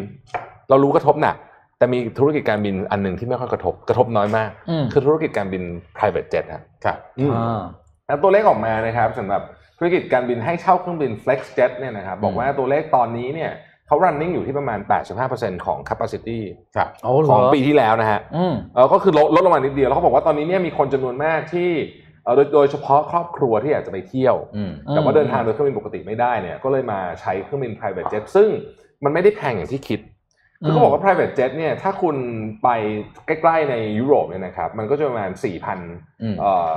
S3: เรารู้กระทบหนักแต่มีธุรกิจการบินอันหนึ่งที่ไม่ค่อยกระทบกระทบน้อยมาก
S2: อืม
S3: คือธุรกิจการบิน private jet ฮะ
S4: ครับ
S3: อืม
S2: อ่า
S3: แล้วตัวเลขออกมานะครับสำหรับธุรกิจการบินให้เช่าเครื่องบิน flexjet เนี่ยนะครับบอกว่าตัวเลขตอนนี้เนี่ยเขา running อยู่ที่ประมาณ 85%ของ capacity
S4: ครับ
S2: โอ้โห
S3: ของปีที่แล้วนะฮะ
S2: อืม
S3: เออก็คือลดลดลงมานิดเดียวแล้วเขาบอกว่าตอนนี้เนี่ยมีคนจำนวนมากที่เอ่อโดยโดยเฉพาะครอบครัวที่อยากจะไปเที่ยว
S4: อืม
S3: แต่ว่า
S2: อืม
S3: เดินทางโดยเครื่องบินปกติไม่ได้เนี่ยก็เลยมาใช้เครื่องบิน private jet ซึ่งมันไม่ได้แพงอย่างที่คิด คือเขาบอกว่า private jet เนี่ยถ้าคุณไปใกล้ๆในยุโรปเนี่ยนะครับมันก็จะประมาณ 4,000
S4: อืม
S3: เอ่อ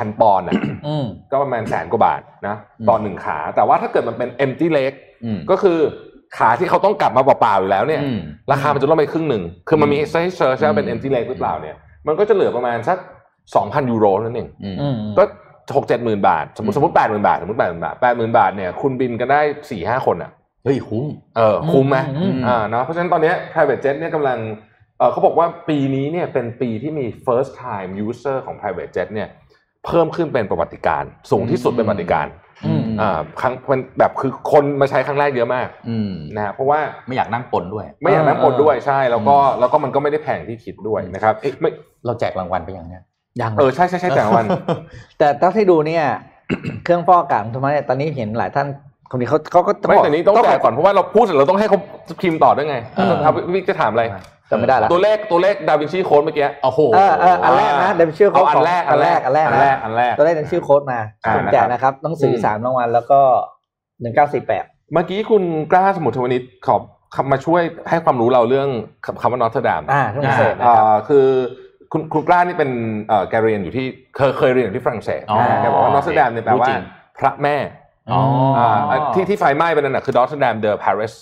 S3: 4,000 ปอน ด์น่ะ
S2: อืม
S3: ก็ประมาณแสนกว่าบาทนะ
S4: อืม
S3: ตอนหนึ่งขา แต่ว่าถ้าเกิดมันเป็น empty leg
S4: อืม
S3: ก็คือ ขาที่เขาต้องกลับมาเปล่าๆอยู่แล้วเนี่ย
S4: อืม
S3: ราคามันจะลดไปครึ่งหนึ่ง คือมันมีให้เซิร์ชว่าเป็น
S4: อืม
S3: เอ็นจีเล็กหรือเปล่าเนี่ย มันก็จะเหลือประมาณสัก 2,000 ยูโรนั่นเอง
S4: อืม
S2: อืม
S3: ก็หกเจ็ดหมื่นบาท สมมติ
S4: อืม
S3: สมมติแปดหมื่นบาท สมมติแปดหมื่นบาทแปดหมื่นบาทเนี่ย คุณบินกันได้สี่ห้าคนอ่ะ
S4: เฮ้ยคุ้ม
S3: เออ คุ้มไหม
S2: อื
S4: ม
S3: อ่านะเพราะฉะนั้นตอนเนี้ย private jet เนี่ยกำลัง เอ่อเขาบอกว่าปีนี้เนี่ยเป็นปีที่มี first time user ของ private jet เนี่ย เพิ่มขึ้นเป็นประวัติการณ์สูงที่สุดเป็นประวัติการณ์
S2: อืม
S3: อ่าครั้งมันแบบคือคนมาใช้ครั้งแรกเยอะมาก
S4: อืม
S3: นะฮะเพราะว่า
S4: ไม่อยากนั่งปนด้วย
S3: ไม่อยากนั่งป
S2: เออ
S3: น
S2: เออ
S3: ด้วยใช่แล้วก็แล้วก็มันก็ไม่ได้แพงที่คิดด้วยนะครับไม่
S4: เราแจกรางวัลไปอย่างเนี้ย
S2: ยัง
S3: เออใช่ใช่ใช่แต่วัน
S2: แต่ถ้าที่ดูเนี่ย เครื่องฟอกอากาศของทำไมเนี่ยตอนนี้เห็นหลายท่านคนนี้เขาเขาก็
S3: ไม่
S2: บก
S3: แต่นี้ต้องแจกก่อนเพราะว่าเราพูดเสร็จเราต้องให้เขาพิมพ์ต่อด้วยไง
S2: เออ
S3: เอาวิกจะถามอะไร
S2: จำไม่ได้ละ
S3: ตัวเลขตัวเลขดาวินชีโค้ดเมื่อกี้
S4: โอ้โห
S2: เออเอออันแรกนะเดี๋ยวชื่อเขา
S3: เอาอันแรก
S2: ขอ
S3: อั
S2: ง
S3: นแรก
S2: อันแรกอั
S3: อั
S2: น
S3: น
S2: แร
S3: แร
S2: ก
S3: กอันแรก
S2: ตัวเลขนั้นชื่อโค้ดมา
S3: อ่า
S2: สนใจนะครับหนังสืออ
S3: ม
S2: สามรางวัลแล้วก็หนึ่งเก้าสี่แปด
S3: เมื่อกี้คุณกล้าสมุทรวณิชขอมาช่วยให้ความรู้เราเรื่องคำคำว่านอตเทอร์ดาม
S2: อ่าที่ฝรั่งเศสนะ
S3: อ่
S2: ครับ
S3: าคือคุณคุณกล้านี่เป็นเอ่อแกเรียนอยู่ที่เคยเคยเรียนอยู่ที่ฝรั่งเศส
S4: อ๋อ
S3: แกบอกว่านอตเทอร์ดามเนี่ยแปลว่า
S4: จริง
S3: พระแม่
S4: อ๋ออา
S3: ที่ที่ไฟไหม้ไปนั่นน่ะคือนอตเทอร์ดามเดอะปารีส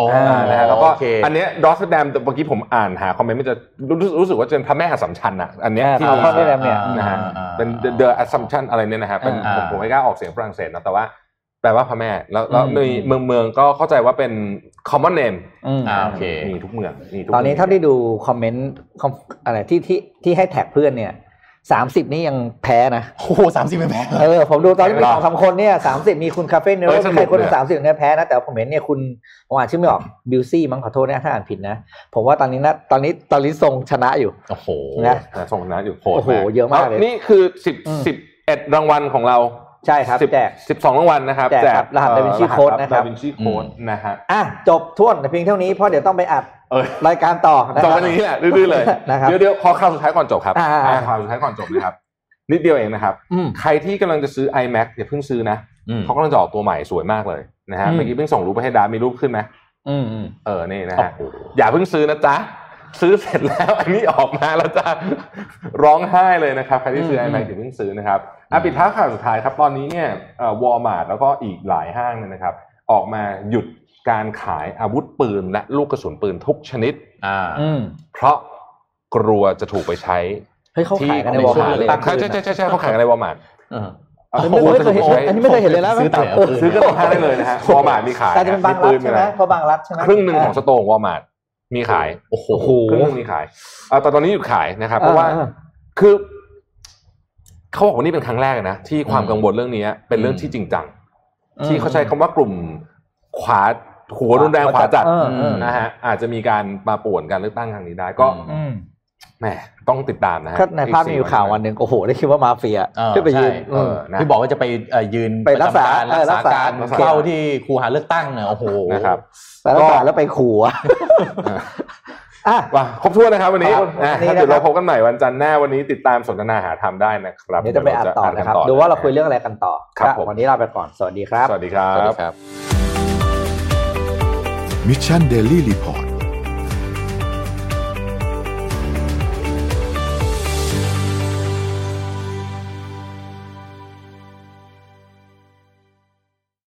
S4: อ๋อ
S3: อ่านะฮะแล้วก็
S4: โเค
S3: อันเนี้ยดอสแดมแต่เมื่อกี้ผมอ่านหาคอมเมนต์มันจะรู้รู้รู้สึกว่าจะเป็นพระแม่อสสัมชัญอ่ะอันเนี้ย
S2: อ่า
S3: ที่
S2: เอาเข้าได้แล้วเนี่ย
S3: นะฮะ
S4: อ่า
S3: เป็น the the assumption อะไรเนี่ยนะฮะเป็น
S4: อ่า
S3: ผมผมไม่กล้าออกเสียงฝรั่งเศสนะแต่ว่าแปลว่าพระแม่แล้วแล้ว
S2: อืม
S3: ในเมืองเมืองก็เข้าใจว่าเป็น common name
S2: อืม
S4: อ่าโอเค
S3: มีทุกเมืองมีทุก
S2: ตอนนี้
S3: มืง
S2: เท่าที่ดูคอมเมนต์คอมอะไรที่ที่ที่ให้แท็กเพื่อนเนี่ยสามสิบนี่ยังแพ้นะ
S4: โอ้โหสามสิบเป็นแพง
S2: เออผมดูตอนที่มีสองสามคนเนี่ยสามสิบมีคุณคาเฟ่เนโร่มีใครคนสามสิบเนี่ยแพ้นะ แต่ผมเห็นเนี่ยคุณผมอ่านชื่อไม่ออกบิวซี่มั้งขอโทษนะถ้าอ่านผิดนะ ผมว่าตอนนี้นะตอนนี้ตอนนี้ทรงชนะอยู่
S4: โอ้โห
S2: นะ
S3: อ่าส่งนะอยู่
S4: โหดมาก
S2: โอ้โหเยอะมากเลย
S3: นี่คือสิบ
S2: อืม
S3: สิบเอ็ดรางวัลของเรา
S2: ใช่ครับ
S3: สิบ
S2: แจก
S3: สิบสองรางวัลนะครับ
S2: แจกครับรหัส Da Vinci Code นะครับ
S3: ดาวินชีโค้ดนะฮะ
S2: อ่ะจบท่วนแต่เพียงเท่านี้เพราะเดี๋ยวต้องไปอัด
S3: เออ
S2: รายการต่อนะ
S3: จ
S2: ค
S3: บ
S2: รับ
S3: กันอย่างนี้แหละดื้อๆเลย
S2: นะครับ
S3: เดี๋ยวเดี๋ยวขอข่าวสุดท้ายก่อนจบครับ
S2: อ่าๆๆ
S3: อ่าข่าวสุดท้ายก่อนจบนะครับนิดเดียวเองนะครับ
S2: อืม
S3: ใครที่กำลังจะซื้อ iMac อย่าเพิ่งซื้อนะ
S4: อืม
S3: เขากำลังจะออกตัวใหม่สวยมากเลยนะฮะ
S2: อืม
S3: เมื่อกี้เพิ่งส่งรูปไปให้ดามีรูปขึ้นไหม
S2: อืมอืม
S3: เออนี่นะ
S4: โอ้
S3: ฮะ
S4: โห
S3: อย่าเพิ่งซื้อนะจ๊ะซื้อเสร็จแล้ว อันนี้ออกมาแล้วจ้าร้องไห้เลยนะครับใครที่ซื้ออ
S2: ม
S3: iMac อย่าเพิ่งซื้อนะครับอ่ะปิดท้ายข่าวสุดท้ายครับตอนนี้เนี่ยวอลมาร์ทแล้วก็อีกหลายห้างเนี่ยนะครับ ออกมาหยุดการขายอาวุธปืนและลูกกระสุนปืนทุกชนิด
S4: อ่า
S2: อืม
S3: เพราะกลัวจะถูกไปใช้
S2: เฮ้ยเขาขายกันใน
S4: ที่
S2: วอล
S4: ข
S2: มา
S4: อง
S2: ร์ทเลย
S4: ในช่วงเลือก
S2: นะ
S3: ใช่
S4: ตั้ง
S3: ใช่ใช่ใช่เขาขายอะไรวอลมาร์ท
S4: เออ
S2: ไม่เคยเคยเห็นอันนี้ไม่เคยเห็นเลยนะ
S4: ซื้อตาม
S2: เออ
S3: ซื้อเครื่องผ้าได้เลยนะฮะวอลมาร์ทมีขาย
S2: แต่จะเป็นบางรัฐใช่ไหมเพราะบางรัฐใช่ไหม
S3: ครึ่งหนึ่งของสโตของวอลมาร์ทมีขาย
S4: โอ้โห
S3: ครึ่งหนึ่งมีขายเอาแต่ตอนนี้หยุดขายนะครับ เพ
S2: อ่
S3: ราะว่า
S2: อ่
S3: คือเขาบอกว่านี่เป็นครั้งแรกนะที่ความ
S4: อืม
S3: กังวลเรื่องนี้เป็นเรื่องที่จริงจัง
S2: อืม
S3: ที่เขาใช้คำว่ากลุ่มขวาหัวรุนแรงขวาจัด
S2: เออเออ
S3: นะฮะอาจจะมีการมาป่วนการเลือกตั้งครั้งนี้ได้ก็
S4: อืม
S2: อืม
S3: แหมต้องติดตามนะฮะ
S2: ก็ในภาพมีอยู่
S3: อีกสี่
S2: ข่าววันหนึ่งโอ้โห ได้คิดว่ามาเฟีย
S4: เออ
S2: ที่ไปยืน
S4: ใช่
S3: เอ
S2: อืม
S3: อนะ
S4: ที่บอกว่าจะไปเอ่อยืน
S2: ไปรักษา
S4: ปะจำการรักษาการ
S2: เออรักษา
S4: เฝ้าที่ครูหาเลือกตั้งเนี่ยโอ้โห
S3: นะครับ
S2: แต่ละฝ่ายแล้วไปขู่อะอ่ะ
S3: ว่าครบถ้วนนะครับวันนี้
S2: ครับ
S3: นะ
S2: วันนี้นะครับ
S3: เดี๋ยวเราพบกันใหม่วันจันทร์หน้าวันนี้ติดตามสนทนาหาธรรมได้นะครับ
S2: เดี๋ยวจะไปอ่านต่อ
S3: เ
S2: นะครับ ดูว่าเราคุย
S3: กั
S2: เรื่องอะไรกันต่อ
S3: ครับผม
S2: วันนี้ลาไปก่อน สวัสดีครับ
S3: สวัสดีครั
S4: สวัสดี
S3: บ
S4: ครับ
S1: มิชชันเดลี่รีพอร์ต